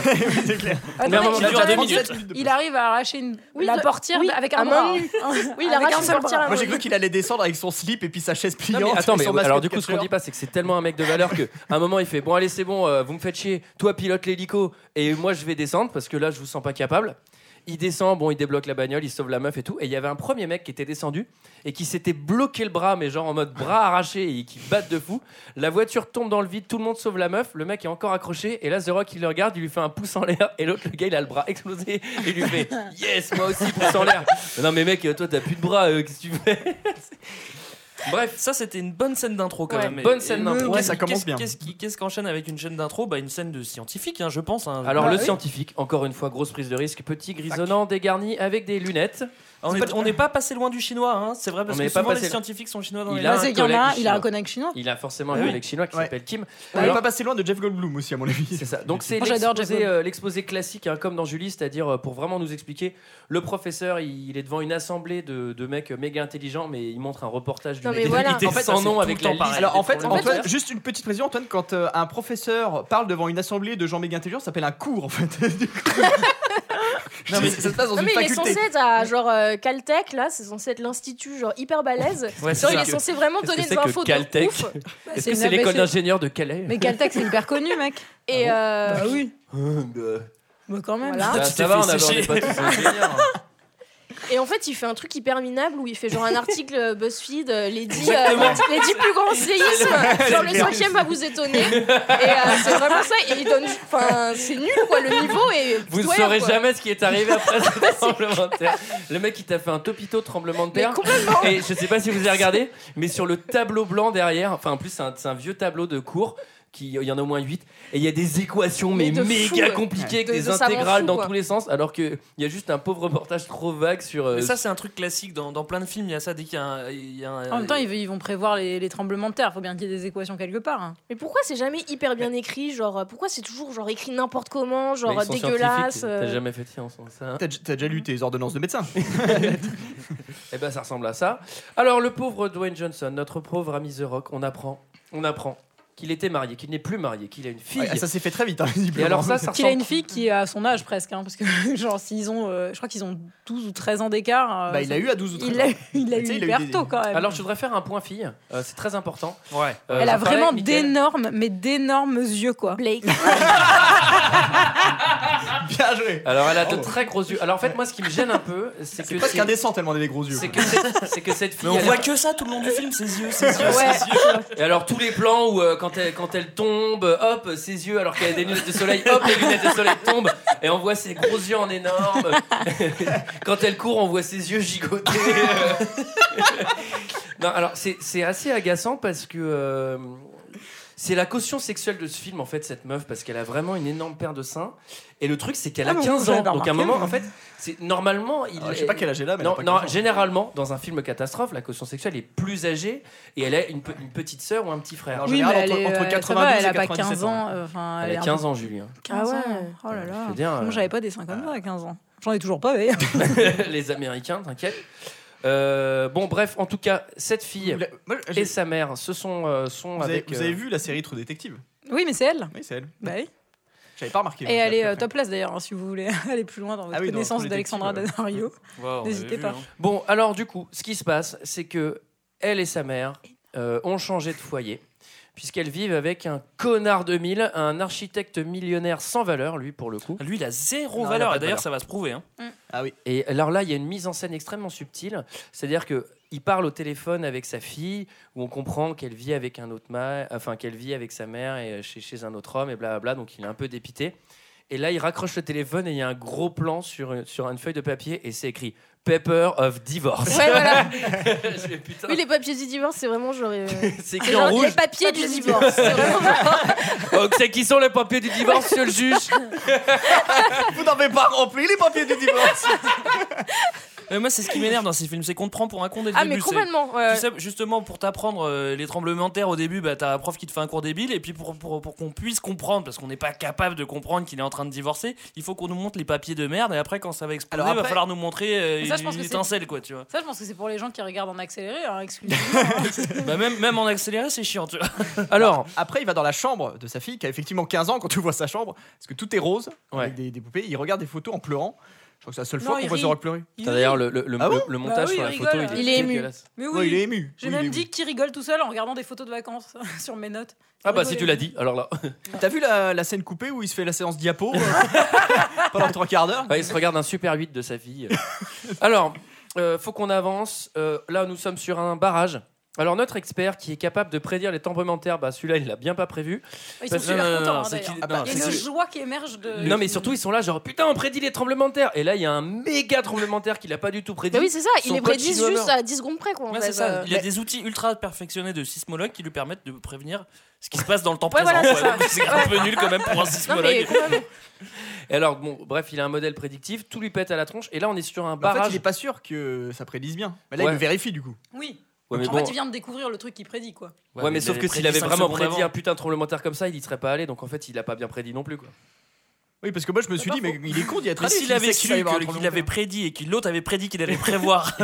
F: C'est clair.
G: Attendez,
A: mais à un moment
G: il
A: donné,
G: arrive-
H: deux minutes.
G: Il arrive à arracher une,
I: Oui,
G: la
I: de-
G: portière
I: oui,
G: avec
I: à
G: un
I: main
G: bras.
I: nue.
G: Oui,
I: Oui, il arrache
G: un
I: une
G: seul
I: portière.
G: bras.
I: à
F: Moi j'ai
I: main
F: cru qu'il allait descendre avec son slip et puis sa chaise
A: Non,
F: pliante.
A: mais attends,
F: et
A: mais
F: son masque
A: alors
F: de
A: du coup, ce qu'on
F: catcheur.
A: dit pas, c'est que c'est tellement un mec de valeur que à un moment il fait bon allez c'est bon, euh, vous me faites chier, toi pilote l'hélico et moi je vais descendre parce que là je vous sens pas capable. Il descend, bon il débloque la bagnole, il sauve la meuf et tout. Et il y avait un premier mec qui était descendu et qui s'était bloqué le bras, mais genre en mode bras arraché et qui batte de fou. La voiture tombe dans le vide, tout le monde sauve la meuf, le mec est encore accroché et là The Rock il le regarde, il lui fait un pouce en l'air et l'autre le gars il a le bras explosé et il lui fait yes moi aussi pouce en l'air. Non mais mec toi t'as plus de bras, euh, qu'est-ce que tu fais Bref.
H: Ça, c'était une bonne scène d'intro quand
I: Ouais.
H: même.
A: Bonne scène d'intro.
F: Ouais, ça commence
H: Euh, qu'est-ce-
F: bien.
H: Qu'est-ce qui- qu'est-ce qu'enchaîne avec une scène d'intro Bah, une scène de scientifique, hein, je pense. hein.
A: Alors
G: Ah
A: le
G: oui.
A: scientifique, encore une fois, grosse prise de risque, petit grisonnant, dégarni avec des lunettes.
H: on
F: c'est
H: n'est
F: pas-
H: on n'est pas passé loin du chinois, hein, c'est vrai, parce
A: On
H: que
A: n'est pas
H: souvent
A: passé-
H: les scientifiques sont chinois dans
A: Il
H: les
A: a
G: Ah,
A: un
G: c'est qu'il y en a un,
A: collègue
G: il a un
A: chinois.
G: collègue chinois.
A: Il a forcément
H: Ah
A: un
H: oui.
A: collègue chinois qui
F: Ouais.
A: s'appelle Kim.
F: On est
A: Alors-
F: pas passé loin de Jeff Goldblum aussi à mon avis.
A: C'est ça. Donc c'est
G: Moi, j'adore Jeff
A: l'exposé,
G: Goldblum.
A: euh, l'exposé classique, hein, comme dans Julie, c'est-à-dire euh, pour vraiment nous expliquer, le professeur, il, il est devant une assemblée de, de mecs euh, méga intelligents, mais il montre un reportage d'une
I: Non, mais
A: idée
I: voilà.
H: En fait, ça,
A: sans
H: c'est
A: nom
H: tout
A: avec
H: le
A: la
H: temps
A: liste.
H: pareil.
F: Alors en
A: des
F: fait,
A: problèmes.
F: Antoine, juste une petite précision, Antoine, quand euh, un professeur parle devant une assemblée de gens méga intelligents, ça s'appelle un cours en fait. Du coup-
H: Non, mais-
F: ça se passe dans
I: Non,
F: une
I: mais il est
F: faculté.
I: censé être à genre euh, Caltech, là, c'est censé être l'institut genre hyper balèze.
H: Ouais, c'est
I: Genre, il
H: ça.
I: est censé vraiment
A: Qu'est-ce que
I: donner
A: c'est
I: des
A: que
I: infos de
A: Caltech
I: ouf.
A: Est-ce
G: C'est
A: que
G: une-
A: c'est l'école
G: mais c'est-
A: d'ingénieurs de Calais
G: Mais Caltech, c'est hyper connu, mec.
I: Et euh,
A: Bah Ah
G: oui. Mais Bah, quand même.
I: Voilà.
A: Ça,
H: Tu
A: Ah, ça
H: t'es
A: va,
H: fait
A: on avait- on
H: sécher.
A: est pas tous ingénieurs.
I: Et en fait, il fait un truc hyper minable où il fait genre un article euh, BuzzFeed, euh, les 10,
H: Exactement.
I: les 10 plus grands séismes, genre le
F: clair.
I: cinquième va vous étonner. Et euh, c'est vraiment ça. Et il donne. Enfin, c'est nul quoi, le niveau est.
A: Vous ne
I: pitoyable,
A: saurez
I: quoi. Bah,
A: jamais ce qui est arrivé après ce tremblement de terre. Le mec, il t'a fait un topito de tremblement de
I: Mais
A: terre.
I: complètement.
A: Et je sais pas si vous avez regardé, mais sur le tableau blanc derrière, enfin en plus c'est un, c'est un vieux tableau de cours, qui il y en a au moins 8 et il y a des équations mais,
I: Mais de fou,
A: méga
I: ouais.
A: compliquées avec
I: De-
A: des
I: de savants
A: intégrales
I: fous,
A: dans
I: quoi.
A: tous les sens alors que il y a juste un pauvre reportage trop vague sur euh,
H: Mais ça, c'est un truc classique dans, dans plein de films. Il y a ça dès qu'il y a un. il y a un-
G: En même temps, ils, ils vont prévoir les, les tremblements de terre. Faut bien qu'il y ait des équations quelque part. hein.
I: Mais pourquoi c'est jamais hyper bien écrit Genre, euh, pourquoi c'est toujours genre écrit n'importe comment,
A: mais
I: genre
A: ils sont
I: dégueulasse
A: scientifiques, T'as
I: euh,
A: jamais fait de science, hein, ça. hein.
F: T'as t'as déjà lu tes ordonnances de médecin
A: Eh ben, ça ressemble à ça. Alors, le pauvre Dwayne Johnson, notre pauvre ami The Rock, on apprend, on apprend qu'il était marié, qu'il n'est plus marié, qu'il a une fille.
F: Ouais, Ça s'est fait très vite, hein,
A: et
F: visiblement.
A: alors ça, ça
G: Qu'il a
A: ressemble.
G: une fille qui a son âge presque. hein, parce que, genre, s'ils ont. euh, je crois qu'ils ont 12 ou 13 ans d'écart. euh,
F: Bah, il l'a eu à 12 ou 13
G: Il l'a
F: ans.
G: eu, il l'a
F: Tu
G: eu
F: sais, il a eu
G: hyper
F: des-
G: tôt quand même.
A: Alors, je voudrais faire un point fille. euh, c'est très important.
H: Ouais.
A: Euh,
G: Elle a
A: j'en parlais
G: vraiment
A: avec Mickaël.
G: d'énormes, mais d'énormes yeux, quoi.
I: Blake.
F: Bien joué
A: Alors, elle a de
F: Bravo.
A: très gros yeux. Alors, en fait, moi, ce qui me gêne un peu, c'est
F: C'est
A: que
F: presque indécent tellement elle a des gros yeux.
A: c'est que cette, c'est que cette fille.
H: Mais on
A: elle-
H: voit que ça tout le long du film, ses yeux, ses yeux.
G: Ouais.
A: Et alors tous les plans où euh, quand elle quand elle tombe, hop, ses yeux alors qu'elle a des lunettes de soleil, hop, les lunettes de soleil tombent et on voit ses gros yeux en énorme. quand elle court, on voit ses yeux gigoter. non, alors c'est c'est assez agaçant parce que euh, c'est la caution sexuelle de ce film en fait cette meuf parce qu'elle a vraiment une énorme paire de seins et le truc c'est qu'elle a
G: Ah bon,
A: 15
G: j'avais
A: ans
G: pas
A: donc à un
G: remarqué,
A: moment
G: moi.
A: en fait c'est normalement il
F: Alors, Ah, Euh, je sais pas quel âge elle a, mais
A: non,
F: elle a pas
A: non,
F: 15 ans.
A: généralement, dans un film catastrophe, la caution sexuelle est plus âgée et elle a une, pe- une petite sœur ou un petit frère.
F: Alors, En
G: Oui, mais
F: général,
G: elle
F: entre-
G: est,
F: entre
G: euh, ça
F: 92
G: va, elle
F: et
G: a pas
F: 97
G: 15 ans. euh, Enfin,
A: Elle a
G: est un
A: 15 ans, Julie. hein.
G: peu- 15
I: Ah ouais.
G: ans. Oh là
A: Je
G: là.
A: veux dire, euh,
G: Moi, j'avais pas des 50 ans à 15 ans. J'en ai toujours pas, d'ailleurs.
A: Les Américains, t'inquiète. Euh, bon, bref, en tout cas, cette fille
F: Vous la- moi, j'ai-
A: et sa mère se sont, euh, sont
F: vous, avez,
A: avec.
F: vous
A: euh,
F: avez vu la série True Détective
G: Oui, mais c'est elle.
F: Oui, c'est elle.
G: Bah oui.
F: J'avais pas remarqué.
G: Et elle est euh,
F: top.
G: topless, d'ailleurs, hein, si vous voulez aller plus loin dans votre
F: Ah oui, dans
G: connaissance
F: tous les
G: d'Alexandra
F: détectives,
G: Daddario. N'hésitez pas.
A: Bon, alors du coup, ce qui se passe, c'est que elle et sa mère euh, ont changé de foyer, puisqu'elles vivent avec un connard de mille, un architecte millionnaire sans valeur, lui pour le coup.
H: Ah, Lui, il a zéro
A: Non, il a
H: valeur.
A: pas
H: Et
A: de
H: d'ailleurs,
A: valeur.
H: ça va se prouver. hein.
A: Et alors là, il y a une mise en scène extrêmement subtile. C'est-à-dire que il parle au téléphone avec sa fille, où on comprend qu'elle vit avec un autre mâle, enfin qu'elle vit avec sa mère et euh, chez, chez un autre homme et blablabla. Donc il est un peu dépité. Et là, il raccroche le téléphone et il y a un gros plan sur, euh, sur une feuille de papier et c'est écrit Paper of Divorce.
I: Ouais, voilà.
A: Je fais, putain,
I: Oui, les papiers du divorce, c'est vraiment genre. euh,
A: c'est
I: c'est
A: écrit en
I: genre les
A: rouge.
I: papiers du divorce. C'est vraiment genre-
A: Donc, Oh, c'est qui sont les papiers du divorce, monsieur le juge
F: Vous n'avez pas rempli les papiers du divorce
H: Mais moi, c'est ce qui m'énerve dans ces films, c'est qu'on te prend pour un con dès le
I: Ah,
H: début.
I: mais
H: c'est-
I: complètement. ouais.
H: Tu sais, justement, pour t'apprendre euh, les tremblements de terre au début, bah, t'as un prof qui te fait un cours débile, et puis pour, pour, pour qu'on puisse comprendre, parce qu'on n'est pas capable de comprendre qu'il est en train de divorcer, il faut qu'on nous montre les papiers de merde, et après, quand ça va exploser,
F: Alors
H: va
F: après-
H: falloir nous montrer euh,
G: Mais ça, je pense
H: une
G: que c'est-
H: étincelle, quoi, tu vois.
G: Ça, je pense que c'est pour les gens qui regardent en accéléré, hein, excusez
H: bah, même, même en accéléré, c'est chiant, tu vois.
A: Alors,
F: Après, il va dans la chambre de sa fille qui a effectivement 15 ans quand tu vois sa chambre, parce que tout est rose,
A: Ouais.
F: avec des, des poupées. Il regarde des photos en pleurant. Je crois que c'est la seule
G: Non,
F: fois qu'on
G: il
F: voit
G: rit.
F: The Rock pleurer.
A: Putain, d'ailleurs, le, le- le-
F: Ah bon
A: le- le montage
G: oui,
A: sur la
G: il
A: photo, il est,
G: rigole, hein.
I: Bah Il est ému.
A: dégueulasse.
G: Mais
F: Ouais, Oh, il est
G: oui,
F: ému.
G: j'ai
F: Oui, il
G: même
F: est
G: dit
F: ému.
G: qu'il rigole tout seul en regardant des photos de vacances sur mes notes.
A: Ah, bah, si tu l'as dit, alors là.
F: T'as vu la, la scène coupée où il se fait la séance diapo euh, pendant trois quarts d'heure
A: Ah, il se regarde un super 8 de sa fille. Alors, euh, faut qu'on avance. Euh, là, nous sommes sur un barrage. Alors, notre expert qui est capable de prédire les tremblements de terre, bah, celui-là, il l'a bien pas prévu.
G: Ils sont
A: Parce-
G: super
H: Non, non, non,
G: contents, hein,
H: c'est
G: d'ailleurs.
H: qu'il-
F: Ah bah,
H: non,
G: Il y a
H: c'est-
G: une joie qui émerge de.
A: Non, mais surtout, ils sont là, genre, putain, on prédit les tremblements de terre. Et là, il y a un méga tremblement de terre qu'il a pas du tout prédit.
I: Bah oui, c'est ça.
A: Son
I: Ils les
A: code
I: prédisent
A: chinois
I: juste
A: meurt.
I: à 10 secondes près, quoi. en
H: Ouais,
I: fait,
H: c'est ça.
I: euh.
H: Il y a des outils ultra perfectionnés de sismologues qui lui permettent de prévenir ce qui se passe dans le temps
I: Ouais,
H: présent.
I: voilà,
H: quoi.
I: c'est ça.
H: Donc, c'est un peu nul quand même pour un
I: Non,
H: sismologue.
I: mais complètement.
A: Et alors, bon, bref, il a un modèle prédictif, tout lui pète à la tronche. Et là, on est sur un
F: Mais Bah, En fait,
A: barrage.
F: il est pas sûr que ça prédise bien. Mais là,
A: Ouais.
F: il le vérifie du coup.
G: Oui.
A: Ouais, mais
G: en
A: bon.
G: fait, il vient de découvrir le truc qu'il prédit, quoi.
A: Ouais, mais, sauf que s'il avait vraiment prédit un putain de tremblement de terre comme ça, il y serait pas allé. Donc, en fait, il a pas bien prédit non plus, quoi.
F: Oui, parce que moi, je me
I: Bah,
F: suis dit, mais il est con d'y être
H: Mais
F: allé.
H: s'il avait
F: sait
H: su
F: va y avoir un
H: que- qu'il
F: tremblement de
H: avait
F: terre.
H: prédit et que l'autre avait prédit qu'il allait prévoir,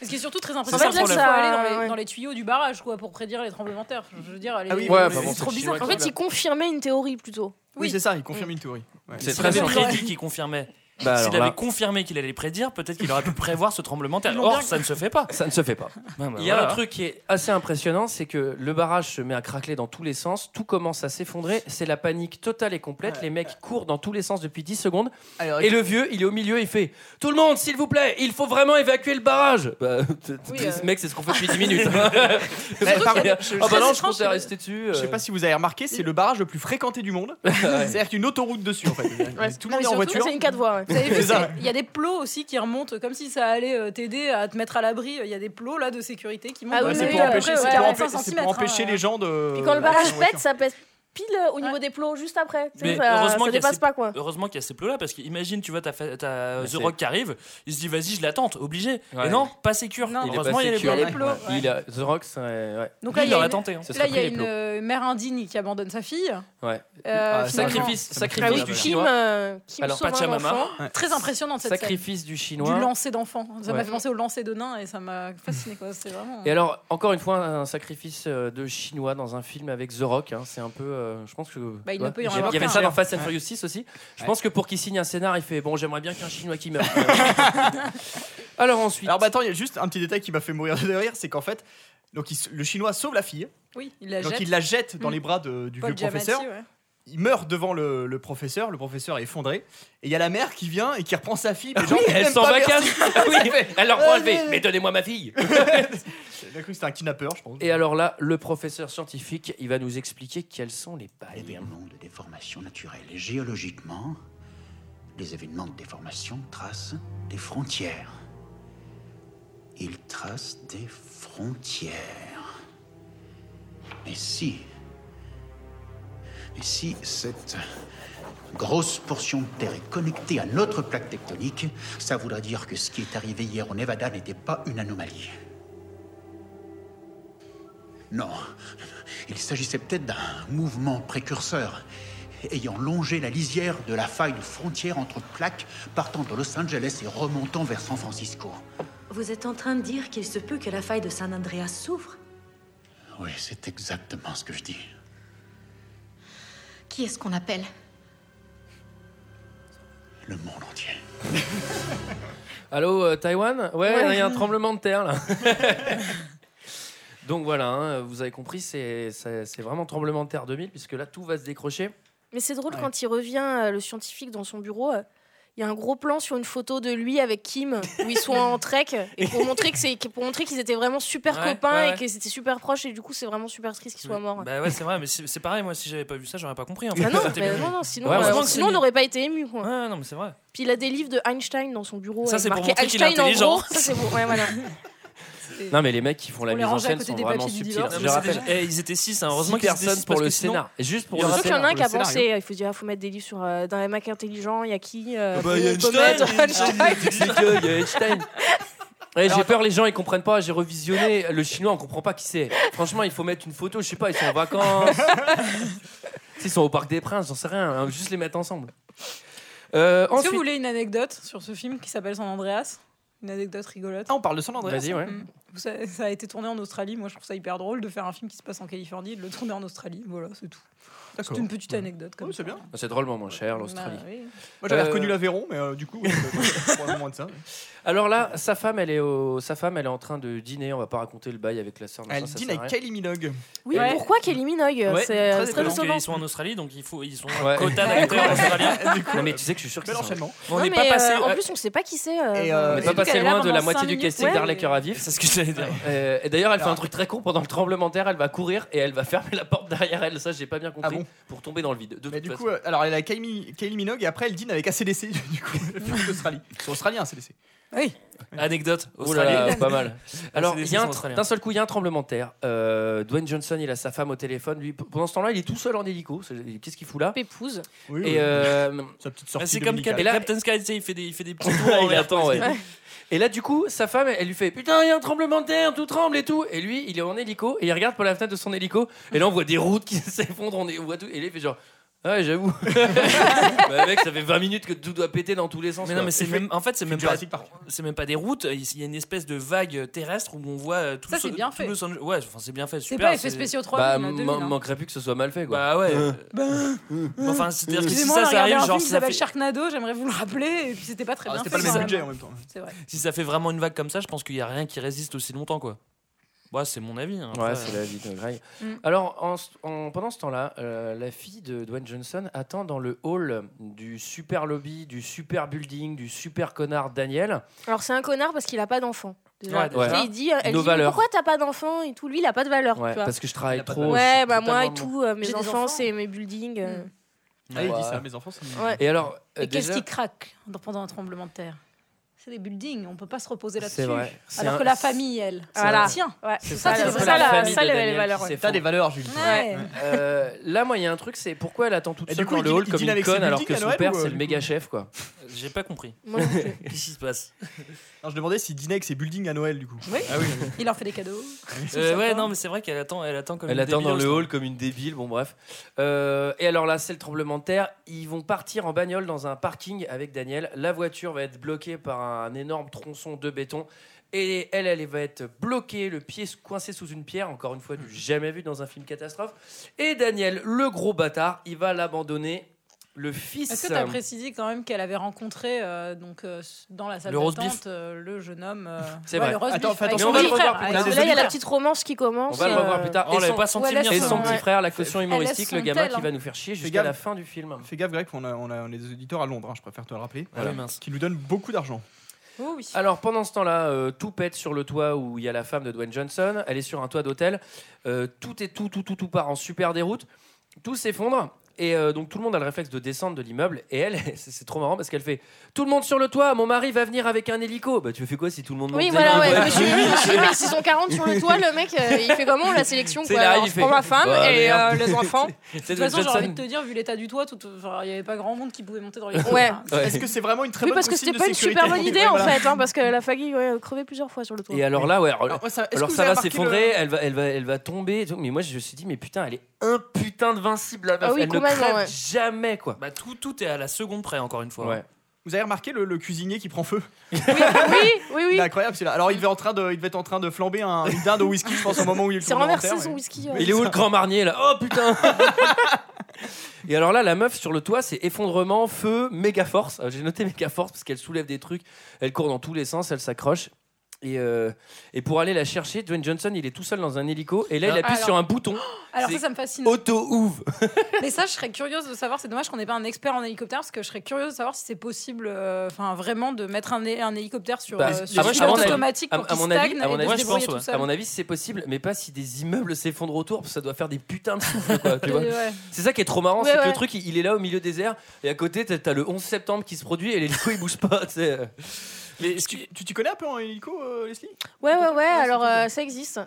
G: Ce qui est surtout très
H: ça,
G: impressionnant,
H: le
G: c'est qu'il faut
I: problème.
G: aller dans les,
I: Ouais.
G: dans les tuyaux du barrage, quoi, pour prédire les tremblements de terre. Je veux dire, les-
F: Ah oui,
G: les-
F: ouais,
G: les-
F: bah bon,
G: c'est trop bizarre.
I: En fait, il confirmait une théorie plutôt.
F: Oui,
G: Oui.
F: c'est ça, il confirme une théorie. Ouais.
A: C'est
H: s'il
A: très
H: avait
A: simple.
H: prédit qu'il confirmait,
A: Bah,
H: s'il
A: alors là,
H: avait confirmé qu'il allait prédire, peut-être qu'il aurait pu prévoir ce tremblement de
G: Ils
H: terre.
G: l'ont
H: Or,
G: bien-
H: ça ne se fait pas.
A: ça ne se fait pas.
G: bah
A: Il y a un truc qui est assez impressionnant, c'est que le barrage se met à craquer dans tous les sens, tout commence à s'effondrer, c'est la panique totale et complète, les mecs courent dans tous les sens depuis 10 secondes,
F: Alors,
A: et le vieux, il est au milieu, il fait « Tout le monde, s'il vous plaît, il faut vraiment évacuer le barrage Bah, t- t-
G: Oui,
A: t-
G: euh. Bah,
A: Mec, c'est ce qu'on fait depuis 10 minutes.
F: Mais par
A: Ah
F: contre,
A: bah non,
G: très
A: je
G: étrange,
A: comptais
G: c'est-
A: rester dessus. euh,
F: Je sais pas si vous avez remarqué, c'est le barrage le plus fréquenté du monde. C'est-à-dire qu'une autoroute dessus, en fait. Tout le monde
I: Non, mais
F: est en
I: surtout,
F: voiture.
I: C'est une 4 voies. ouais.
G: Vous avez vu,
F: C'est ça.
G: c'est- il y a des plots aussi qui remontent, comme si ça allait euh, t'aider à te mettre à l'abri. Il y a des plots là de sécurité qui montent.
I: Ah
F: Ouais,
I: oui,
F: c'est
I: mais
F: pour
I: oui,
F: empêcher,
I: après,
F: c'est
I: ouais,
F: pour
G: hein.
I: ouais,
F: empê- c'est pour empêcher les gens de.
I: Puis quand le barrage pète, ça pète pile euh, au niveau des plots, juste après. Tu sais,
H: Mais
I: ça,
H: heureusement
I: ça
H: qu'il y a
I: dépasse
H: ces-
I: pas, quoi. Euh,
H: Heureusement qu'il y a ces plots-là, parce qu'imagine, tu vois, t'as fait- t'as
A: Mais
H: The
A: c'est-
H: Rock qui arrive, il se dit, vas-y, je l'attends, obligé.
A: Ouais.
H: Et non, pas sécure.
G: Non. Il est
H: Heureusement,
A: pas
H: il y a les
G: Il y a
A: sécure.
H: plots.
G: les plots. ouais.
A: Il a, The Rock, c'est. ouais.
G: Donc
H: Lui,
G: là,
H: il
G: il y a
H: aurait
G: une,
H: tenté. hein.
A: Ce
G: là,
A: serait
G: il y
A: pris
G: a
A: les
G: une
A: plots.
G: euh, mère indigne qui abandonne sa fille.
A: Ouais.
G: Euh,
F: Ah,
G: finalement,
A: Sacrifice,
G: Ah
A: sacrifice
G: oui,
A: du
G: du
A: chinois.
I: film euh, Kim
A: Alors,
I: sauve un
H: Pachamama.
I: enfant.
G: Très impressionnant cette scène.
A: Sacrifice du chinois.
G: Du lancer d'enfant. Ça
A: Ouais.
G: m'a fait penser au lancer de nain et ça m'a fasciné. quoi. C'est vraiment.
A: Et alors, encore une fois, un sacrifice euh, de chinois dans un film avec The Rock. hein, c'est un peu. euh, je pense que.
G: Bah, il
A: ouais,
G: ne peut y en
A: j'ai-
G: avoir
A: Il y avait
G: qu'un.
A: ça dans Fast and Furious 6 aussi. Je pense que pour qu'il signe un scénar, il fait Bon, j'aimerais bien qu'un chinois qui meure. Euh, alors ensuite.
F: Alors, bah attends, il y a juste un petit détail qui m'a fait mourir de rire, c'est qu'en fait, donc il s- le chinois sauve la fille,
G: Oui, il la
F: donc
G: jette.
F: il la jette dans
G: Mm.
F: les bras de- du
G: Paul
F: vieux professeur.
G: Giamatti, ouais.
F: Il meurt devant le, le professeur, le professeur est effondré, et il y a la mère qui vient et qui reprend sa fille. mais
A: Ah
F: genre,
A: oui, elle
F: même
A: s'en
F: pas
A: va
F: merci.
A: casse. Ah oui, elle leur prend, elle fait,
F: Ouais, ouais.
A: Mais donnez-moi ma fille.
F: J'ai cru que c'était un kidnappeur, je pense.
A: Et alors là, le professeur scientifique, il va nous expliquer quels sont les
B: Il y a
A: bails.
B: des événements de déformation naturelle. Et géologiquement, les événements de déformation tracent des frontières. Ils tracent des frontières. Et si. Et si cette grosse portion de Terre est connectée à notre plaque tectonique, ça voudrait dire que ce qui est arrivé hier au Nevada n'était pas une anomalie. Non, il s'agissait peut-être d'un mouvement précurseur ayant longé la lisière de la faille de frontière entre plaques partant de Los Angeles et remontant vers San Francisco.
J: Vous êtes en train de dire qu'il se peut que la faille de San Andreas s'ouvre
B: Oui, c'est exactement ce que je dis.
J: Qui est-ce qu'on appelle
B: Le monde entier.
A: Allô, euh, Taïwan Ouais, il
I: Ouais.
A: y a un tremblement de terre là. Donc voilà, hein, vous avez compris, c'est c'est- c'est vraiment tremblement de terre 2000, puisque là, tout va se décrocher.
I: Mais c'est drôle
F: Ouais.
I: quand il revient, euh, le scientifique, dans son bureau. euh, Il y a un gros plan sur une photo de lui avec Kim où ils sont en trek et pour montrer que c'est pour montrer qu'ils étaient vraiment super
H: Ouais,
I: copains
H: ouais, ouais.
I: et qu'ils étaient super proches et du coup c'est vraiment super triste qu'ils soient morts.
H: Bah ouais, c'est vrai, mais c'est c'est pareil, moi, si j'avais pas vu ça, j'aurais pas compris. en fait.
I: Bah non,
H: C'était-
I: mais non, non, sinon,
A: Ouais,
I: euh,
H: heureusement que c'est
I: sinon on
H: mis.
I: n'aurait pas été ému quoi.
H: Ouais, non, mais c'est vrai.
I: Puis il a des livres de Einstein dans son bureau.
H: Ça,
I: avec
H: c'est pour
I: marqué
H: montrer qu'il est
I: Einstein, en
H: intelligent.
I: gros. Ça, c'est bon. Ouais, voilà.
G: C'est-
A: Non, mais les mecs qui font la
G: On les
A: mise en
G: rangeait à
A: scène
G: côté
A: sont
G: des
A: vraiment
G: papiers du
A: subtils.
G: divorce.
H: Non,
A: Je
H: mais c'était-
A: rappelle,
H: eh, ils étaient 6, heureusement
A: six
H: qu'ils étaient
A: personnes
H: six,
A: pour
H: parce
A: le
H: que sinon-
A: scénar. Et juste pour
H: Il y
A: le
H: aura
I: Surtout qu'il y en
A: scénar.
I: a un qui a
F: scénario.
I: pensé, il faut dire, il faut mettre des livres sur euh, dans les mecs intelligents, il y a qui euh,
H: Bah,
I: on
H: il y a
I: peut
H: Einstein,
I: mettre
H: il y a Einstein.
A: C'est
I: Einstein.
A: que, il y a Einstein. Eh, j'ai peur, les gens ils comprennent pas. J'ai revisionné le chinois, on comprend pas qui c'est. Franchement, il faut mettre une photo. Je sais pas, ils sont en vacances. ils sont au parc des Princes, j'en sais rien. hein, Juste les mettre ensemble. Euh,
G: Est-ce que vous
A: ensuite,
G: voulez une anecdote sur ce film qui s'appelle San Andreas Une anecdote rigolote.
F: Ah, on parle de San Andreas.
A: vas-y, hein. ouais.
G: Mm. Ça, ça a été tourné en Australie. Moi, je trouve ça hyper drôle de faire un film qui se passe en Californie et de le tourner en Australie. Voilà, c'est tout. C'est une petite anecdote comme
F: Ouais, c'est
G: ça.
F: bien.
A: C'est drôlement moins cher l'Australie.
G: Bah oui.
F: Moi j'avais
A: Euh,
F: reconnu l'Aveyron, mais euh, du coup, oui, c'est probablement moins de ça.
A: Alors là, sa femme, elle est au... sa femme, elle est en train de dîner. On va pas raconter le bail avec la sœur. machin,
F: Elle
A: ça
F: dîne
A: sert à
F: avec
A: rien.
F: Kylie Minogue.
I: Oui,
G: Ouais.
I: pourquoi Kelly Minogue
F: Ouais,
I: C'est
F: très
I: euh, c'est très
H: Parce
I: décevant.
H: qu'ils sont en Australie, donc il faut, ils sont
A: Ouais.
H: un quota d'acteurs australiens.
F: du coup, euh,
A: Non mais tu sais que je suis sûr que
F: bel enchaînement.
H: On
I: Non,
H: n'est
I: mais,
H: pas passé.
I: euh, en
H: ouais,
I: plus, on sait pas qui c'est. euh,
F: Et,
I: dans-
F: euh,
A: On n'est pas
G: Surtout
A: passé
G: qu'elle est là
A: loin de la
G: pendant
A: moitié
G: cinq
A: du
G: minutes,
A: casting
G: ouais.
A: d'Arlec Ravif.
H: C'est ce que j'allais dire.
A: Euh, et d'ailleurs, elle fait un truc très con pendant le tremblement de terre. Elle va courir et elle va fermer la porte derrière elle. Ça, j'ai pas bien compris.
F: Ah bon
A: pour tomber dans le vide. De
F: Mais
A: toute
F: du
A: façon.
F: coup, euh, alors elle a Kylie, Kylie Minogue et après elle dîne avec ACDC, du coup, d'Australie. Ils sont australiens, ACDC.
G: Oui.
H: Anecdote
A: Oh là là,
H: australienne.
A: pas mal.
F: Ah,
A: Alors,
H: des
A: il y a un
H: sons
A: tr-
H: australiens.
A: d'un seul coup, il y a un tremblement de terre. Euh, Dwayne Johnson, il a sa femme au téléphone. Lui, p- pendant ce temps-là, il est tout seul en hélico. C'est- Qu'est-ce qu'il fout là
I: Épouse.
F: Oui,
A: Et euh,
F: sa petite
H: Ah,
F: sortie.
H: C'est comme Cap-
A: Et là-
H: Captain Sky, tu sais, il fait des, il fait des petits tours.
A: Ouais,
H: en
A: il
H: l'air,
A: attend,
H: quoi.
A: ouais. Et là, du coup, sa femme, elle lui fait Putain, il y a un tremblement de terre, tout tremble et tout. Et lui, il est en hélico et il regarde par la fenêtre de son hélico. Et là, on voit des routes qui s'effondrent, on est- on voit tout. Et lui, il fait genre Ah, Ouais, j'avoue. bah, mec, ça fait 20 minutes que tout doit péter dans tous les sens.
H: Mais non,
A: quoi.
H: mais c'est
F: Il fait-
H: même. En fait, c'est même pas.
F: Jurassic Park. Ah,
H: C'est même pas des routes. Il y a une espèce de vague terrestre où on voit euh, tout.
G: Ça,
H: ce-
G: c'est bien
H: tout
G: fait.
H: Los Angeles- Ouais, enfin, c'est bien fait.
G: C'est
H: super,
G: pas effet spéciaux 3
A: bah,
G: mais 2000,
A: man-
G: hein.
A: manquerait plus que ce soit mal fait, quoi.
H: Bah ouais.
A: hein.
H: Enfin, c'est-à-dire que si
G: Excusez-moi,
H: ça,
G: on a
H: ça
G: regardé
H: arrive,
G: un
H: genre
G: film
H: si
G: qui
H: ça,
G: s'appelle
H: fait,
G: Sharknado, j'aimerais vous le rappeler, et puis c'était pas très
F: Ah,
G: bien
F: C'était
G: fait.
F: pas le même
G: quand
F: budget
G: même.
F: en même temps.
G: C'est vrai.
H: si ça fait vraiment une vague comme ça, je pense qu'il y a rien qui résiste aussi longtemps, quoi. Ouais, c'est mon avis. hein.
A: Ouais,
H: Après,
A: c'est la vie de Greg.
G: Mm.
A: Alors, en ce- en- pendant ce temps-là, euh, la fille de Dwayne Johnson attend dans le hall du super lobby, du super building, du super connard Daniel.
I: Alors, c'est un connard parce qu'il a pas d'enfant. déjà.
H: Ouais,
A: déjà.
I: Et il dit, euh, elle
A: Nos
I: dit
A: valeurs.
I: pourquoi t'as pas d'enfant et tout. Lui, il a pas de valeur.
A: Ouais,
I: tu vois.
A: parce que je
F: Il
A: travaille
F: a pas de
A: trop.
F: valeur.
A: je
I: Ouais,
A: suis
I: bah moi et
A: totalement-
I: tout, euh,
G: J'ai
I: mes
G: des
I: enfants,
G: enfants.
I: c'est mes buildings. euh.
F: Ah, il
A: Ouais.
F: dit ça, mes enfants. c'est-
I: Ouais.
A: Et alors, euh,
G: Et qu'est-ce
A: déjà-
G: qui craque dans- pendant un tremblement de terre C'est des buildings, on peut pas se reposer là-dessus.
A: C'est vrai. C'est
G: Alors
A: un-
G: que la famille, elle,
I: c'est
G: voilà.
I: un-
G: tient.
I: Ouais.
A: C'est
G: Ça, c'est
A: un
G: les
A: peu
G: valeurs.
A: la famille
I: Ça,
A: de
I: les
A: Daniel qui
I: valeurs, ouais.
A: s'effondre.
F: T'as des valeurs, Julie.
G: Ouais.
A: Euh, là, moi, il y a un truc, c'est pourquoi elle attend toute
F: Et du
A: seule
F: coup,
A: dans
F: il
A: le
F: dîne-
A: hall
F: il
A: comme
F: dîne
A: une
F: avec
A: conne,
F: ses
A: alors
F: buildings
A: que
F: à
A: son
F: Noël
A: père,
F: ou, euh,
A: c'est le
F: du
A: méga chef, quoi.
H: J'ai pas compris.
I: Moi non plus.
H: Qu'est-ce qui se passe
F: Non, je demandais s'il dînait avec ses buildings à Noël, du coup.
G: Oui.
F: Ah oui.
G: Il leur fait des cadeaux.
H: Euh, Ouais,
G: sympa.
H: non, mais c'est vrai qu'elle attend, elle attend comme
A: Elle
H: une
A: attend dans
H: débile, hein,
A: le
H: ça.
A: hall comme une débile, bon, bref. Euh, et alors là, c'est le tremblement de terre. Ils vont partir en bagnole dans un parking avec Daniel. La voiture va être bloquée par un énorme tronçon de béton. Et elle, elle va être bloquée, le pied coincé sous une pierre, encore une fois, du jamais vu dans un film catastrophe. Et Daniel, le gros bâtard, il va l'abandonner. Le fils.
G: Est-ce que tu as précisé quand même qu'elle avait rencontré euh, donc, euh, dans la salle
H: Le roast
G: d'attente euh, le jeune homme euh,
A: C'est
G: ouais,
A: vrai.
G: le roast
F: Attends,
G: beef,
F: fais
G: avec
A: attention,
G: son
A: on va le
G: petit-frère,
A: revoir plus
G: avec
A: tard.
G: son
I: Là, il y a la
G: petit-frère.
I: petite romance qui commence.
A: On va le
I: euh,
A: revoir plus tard.
H: Oh, on
A: et
H: l'avait
A: son,
H: pas senti
I: elle a
H: venir.
A: et
H: ça.
A: son
I: Ouais.
A: petit frère, la caution
G: laisse
A: humoristique,
G: son
A: le gamin
G: tel,
A: qui va
G: hein.
A: nous faire chier
F: Fais
A: jusqu'à
F: gaffe.
A: la fin du film.
F: Fais gaffe, Greg, on a, on a- on a des auditeurs à Londres, hein, je préfère te le rappeler.
H: Ah oui, mince.
F: Qui nous donnent beaucoup d'argent.
G: Oh oui.
A: Alors pendant ce temps-là, euh, tout pète sur le toit où il y a la femme de Dwayne Johnson. Elle est sur un toit d'hôtel. Euh, tout est tout, tout, tout, tout part en super déroute. Tout s'effondre. Et euh, donc tout le monde a le réflexe de descendre de l'immeuble. Et elle, c'est c'est trop marrant parce qu'elle fait Tout le monde sur le toit, mon mari va venir avec un hélico. Bah tu fais quoi si tout le monde monte
I: Oui, voilà,
A: dans
I: ouais.
A: le
I: Je
A: toit
I: me suis dit, je me suis dit, mais s'ils sont 40 sur le toit, le mec, euh, il fait comment la sélection
A: C'est
I: quoi.
A: là,
I: Alors,
A: il
I: je
A: fait-
I: prends ma femme
A: Bah,
I: et
A: merde.
I: euh, les enfants.
A: C'est
G: De toute façon, j'ai envie de
A: Dwayne
G: te
A: Johnson.
G: dire, vu l'état du toit, tout- enfin, il n'y avait pas grand monde qui pouvait monter dans les
I: Ouais.
A: Ouais.
F: Est-ce que c'est vraiment une très
I: Oui,
F: bonne
I: parce que
F: consigne
I: c'était
F: de
I: pas une
F: sécurité
I: super bonne
F: pour-
I: idée
F: Ouais,
I: en
F: voilà.
I: fait, hein, parce que la faguille ouais, crevait plusieurs fois sur le toit.
A: Et euh, alors là, ouais. Alors,
F: Alors, moi, ça- est-ce que
A: alors
F: vous
A: ça
F: avez
A: va
F: remarqué
A: s'effondrer,
F: le-
A: elle, va, elle, va, elle va tomber. et tout. Mais moi je me suis dit, mais putain, elle est un putain de vincible la meuf.
I: Ah oui,
A: elle ne
I: complètement,
A: crève
I: ouais.
A: jamais quoi.
H: Bah, tout, tout est à la seconde près, encore une fois.
A: Ouais.
F: Vous avez remarqué le, le cuisinier qui prend feu
I: Oui, oui,
F: Il
I: oui.
F: est incroyable, c'est là. Alors il devait, en train de, il devait être en train de flamber un, une dinde au whisky, je pense, au moment où il est
I: C'est
F: tombé en
I: renversé
F: terre,
I: son
F: mais-
I: whisky. euh.
A: Il est où le grand marnier là Oh putain Et alors là, la meuf sur le toit, c'est effondrement, feu, méga force. Euh, J'ai noté méga force parce qu'elle soulève des trucs, elle court dans tous les sens, elle s'accroche. Et, euh, et pour aller la chercher, Dwayne Johnson, il est tout seul dans un hélico et là, il
H: Ah,
A: appuie
G: alors-
A: sur un bouton
G: Alors
A: C'est-
G: ça, ça me fascine.
A: auto-ouvre.
G: Mais ça, je serais curieuse de savoir. C'est dommage qu'on n'ait pas un expert en hélicoptère, parce que je serais curieuse de savoir si c'est possible, euh, enfin vraiment, de mettre un, hé- un hélicoptère sur,
A: Bah,
G: euh,
A: les-
G: sur
A: les-
G: pilote
A: à mon avis-
G: automatique
A: à-
G: pour
A: à
G: qu'il
A: mon avis-
G: stagne
A: à mon
G: et de
A: avis, je
G: se débrouiller
H: pense,
G: tout
H: ouais.
G: seul.
A: À mon avis, c'est possible, mais pas si des immeubles s'effondrent autour, parce que ça doit faire des putains de souffles, quoi, tu vois.
G: Et ouais.
A: C'est ça qui est trop marrant,
I: Ouais,
A: c'est que le
I: ouais.
A: truc, il il est là au milieu des airs, et à côté, t'as t'as le 11 septembre qui se produit, et l'hélico, il bouge pas, tu sais.
H: Mais ce qui-
F: Tu tu t'y connais un peu en hélico, euh, Leslie
I: Ouais, ouais, ouais, alors euh, ça existe.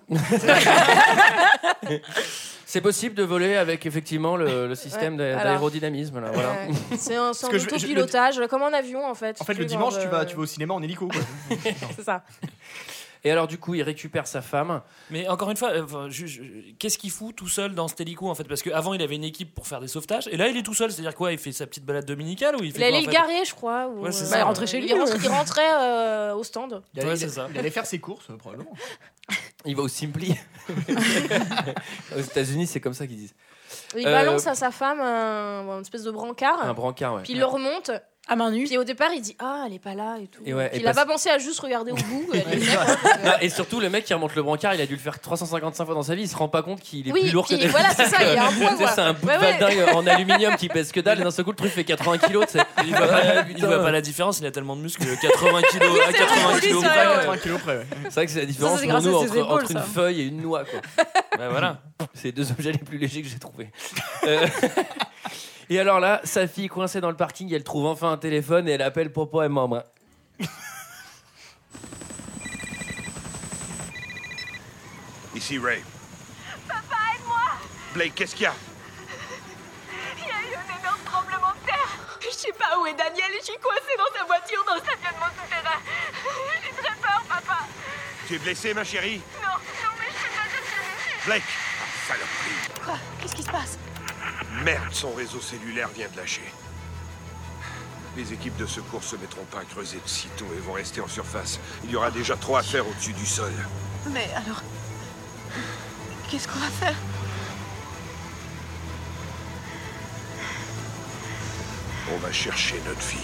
A: C'est possible de voler avec effectivement le, le système
I: Ouais,
A: d'a-
I: alors.
A: d'aérodynamisme. là, voilà.
I: Ouais. C'est un, c'est un
F: que je- je- le-
I: autopilotage, comme un avion en fait.
F: En fait,
I: Tu
F: le
I: es dans
F: dimanche, tu vas, tu vas au cinéma en hélico. quoi.
I: C'est ça.
A: Et alors, du coup, il récupère sa femme.
H: Mais encore une fois, euh, enfin, je- je- qu'est-ce qu'il fout tout seul dans cet hélico en fait Parce qu'avant il avait une équipe pour faire des sauvetages et là il est tout seul, c'est-à-dire quoi Il fait sa petite balade dominicale ou il fait
I: Il allait
H: quoi, en
I: le
H: fait
I: garer, je crois. Ou,
H: Ouais, c'est
I: euh,
H: ça. Bah, il
G: rentrait chez lui.
I: Il rentrait, il rentrait, euh, au stand.
F: Il allait-
H: Ouais,
F: il-
H: c'est ça.
F: il allait faire ses courses, euh, probablement.
A: Il va au Simply. Aux États-Unis, c'est comme ça qu'ils disent.
I: Il
A: Euh,
I: balance à sa femme un, une espèce de brancard.
A: Un brancard, ouais.
I: Ah. Puis il le remonte.
G: À main nue.
I: Puis au départ, il dit Ah, elle est pas là et tout.
A: Et ouais,
I: Puis
A: et
I: il a
A: parce-
I: pas pensé à juste regarder au bout. euh,
A: Non, et surtout, le mec qui remonte le brancard, il a dû le faire 355 fois dans sa vie. Il se rend pas compte qu'il est
I: oui,
A: plus lourd
I: puis
A: que des-
I: voilà, c'est ça, il y a un
A: Tu
I: point.
A: sais,
I: quoi.
A: C'est un bout
I: Ouais,
A: de
I: ouais.
A: badingue en aluminium qui pèse que dalle. Et d'un seul coup, le truc fait 80 kilos. tu sais.
H: Il voit, pas, il
A: Putain.
H: voit pas la différence, il a tellement de muscles, 80 kilos, à
G: c'est vrai,
H: 80
G: oui,
H: kilos.
G: c'est vrai,
H: près.
G: ouais.
F: 80 kilos près, ouais.
A: C'est vrai que c'est la différence
G: c'est
A: pour
G: grâce à
A: nous
G: ses
A: entre,
G: épaules,
A: entre
G: ça.
A: une feuille et une noix. Quoi. Ben,
H: Bah, voilà.
A: C'est les deux objets les plus légers que j'ai trouvés. Euh, et alors là, sa fille coincée dans le parking, elle trouve enfin un téléphone et elle appelle papa et maman.
E: Ici Ray.
C: Blake, qu'est-ce qu'il y a
J: Il y a eu un énorme tremblement de terre. Je sais pas où est Daniel et je suis coincée dans sa voiture dans le stationnement souterrain. J'ai très peur, papa.
C: Tu es blessé, ma chérie
J: Non, non, mais je sais pas je suis
C: Blake
E: ah,
C: Saloperie
J: Quoi Qu'est-ce qui se passe
E: Merde, son réseau cellulaire vient de lâcher. Les équipes de secours se mettront pas à creuser de sitôt et vont rester en surface. Il y aura déjà trop à faire au-dessus du sol.
J: Mais alors. Qu'est-ce qu'on va faire
E: On va chercher notre fille.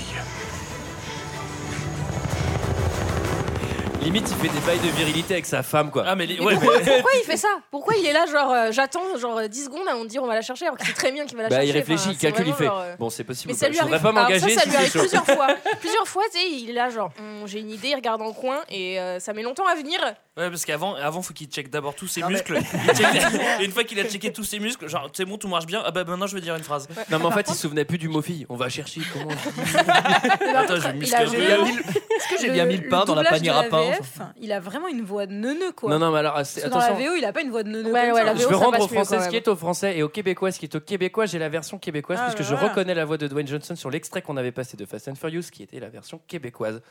A: Limite, il fait des bails de virilité avec sa femme, quoi.
H: Ah, mais, les-
I: Mais
H: ouais,
I: pourquoi,
H: mais-
I: pourquoi il fait ça Pourquoi il est là, genre, euh, j'attends genre 10 secondes à on dire on va la chercher alors que c'est très bien qu'il va la
A: Bah,
I: chercher.
A: il réfléchit,
I: Enfin,
A: il calcule,
I: c'est
A: il fait.
I: vraiment, genre, euh,
A: Bon, c'est possible.
I: Mais
A: ou
I: ça
A: pas.
I: lui
A: Je voudrais
I: arrive,
A: pas
I: alors
A: m'engager
I: ça, ça
A: si
I: lui
A: c'est
I: arrive
A: chaud.
I: plusieurs fois. Plusieurs fois, tu sais, il est là, genre, Hum, j'ai une idée, il regarde dans le coin et euh, ça met longtemps à venir.
H: Ouais, parce qu'avant, avant, faut qu'il check d'abord tous ses
F: Non, mais-
H: muscles. Il check- et une fois qu'il a checké tous ses muscles, genre, c'est bon, tout marche bien. Ah bah maintenant, je vais dire une phrase.
A: Non, mais en fait, il se souvenait plus du mot fille. On va chercher comment
H: Attends, je vais me
I: il a
H: muscler.
F: J'ai bien
I: vraiment-
F: mis le-
G: Est-ce que
F: j'ai
G: le-
F: bien mis le pain dans la
G: doublage
F: panière
G: de
F: à pain,
G: VF, Il a vraiment une voix de neuneu, quoi.
A: Non, non, mais alors, c'est-
G: Parce que dans la
A: attention.
G: VO, il a pas une voix de neuneu.
I: Ouais,
G: comme
I: ouais,
G: ça.
I: la
A: Je
I: VO,
A: veux
I: ça
A: rendre
I: passe
A: aux
I: mieux, quand
A: Français ce qui
I: même.
A: est au Français et aux Québécois ce qui est au Québécois. J'ai la version québécoise
G: Ah,
A: puisque
G: bah
A: je
G: voilà.
A: reconnais la voix de Dwayne Johnson sur l'extrait qu'on avait passé de Fast and Furious qui était la version québécoise.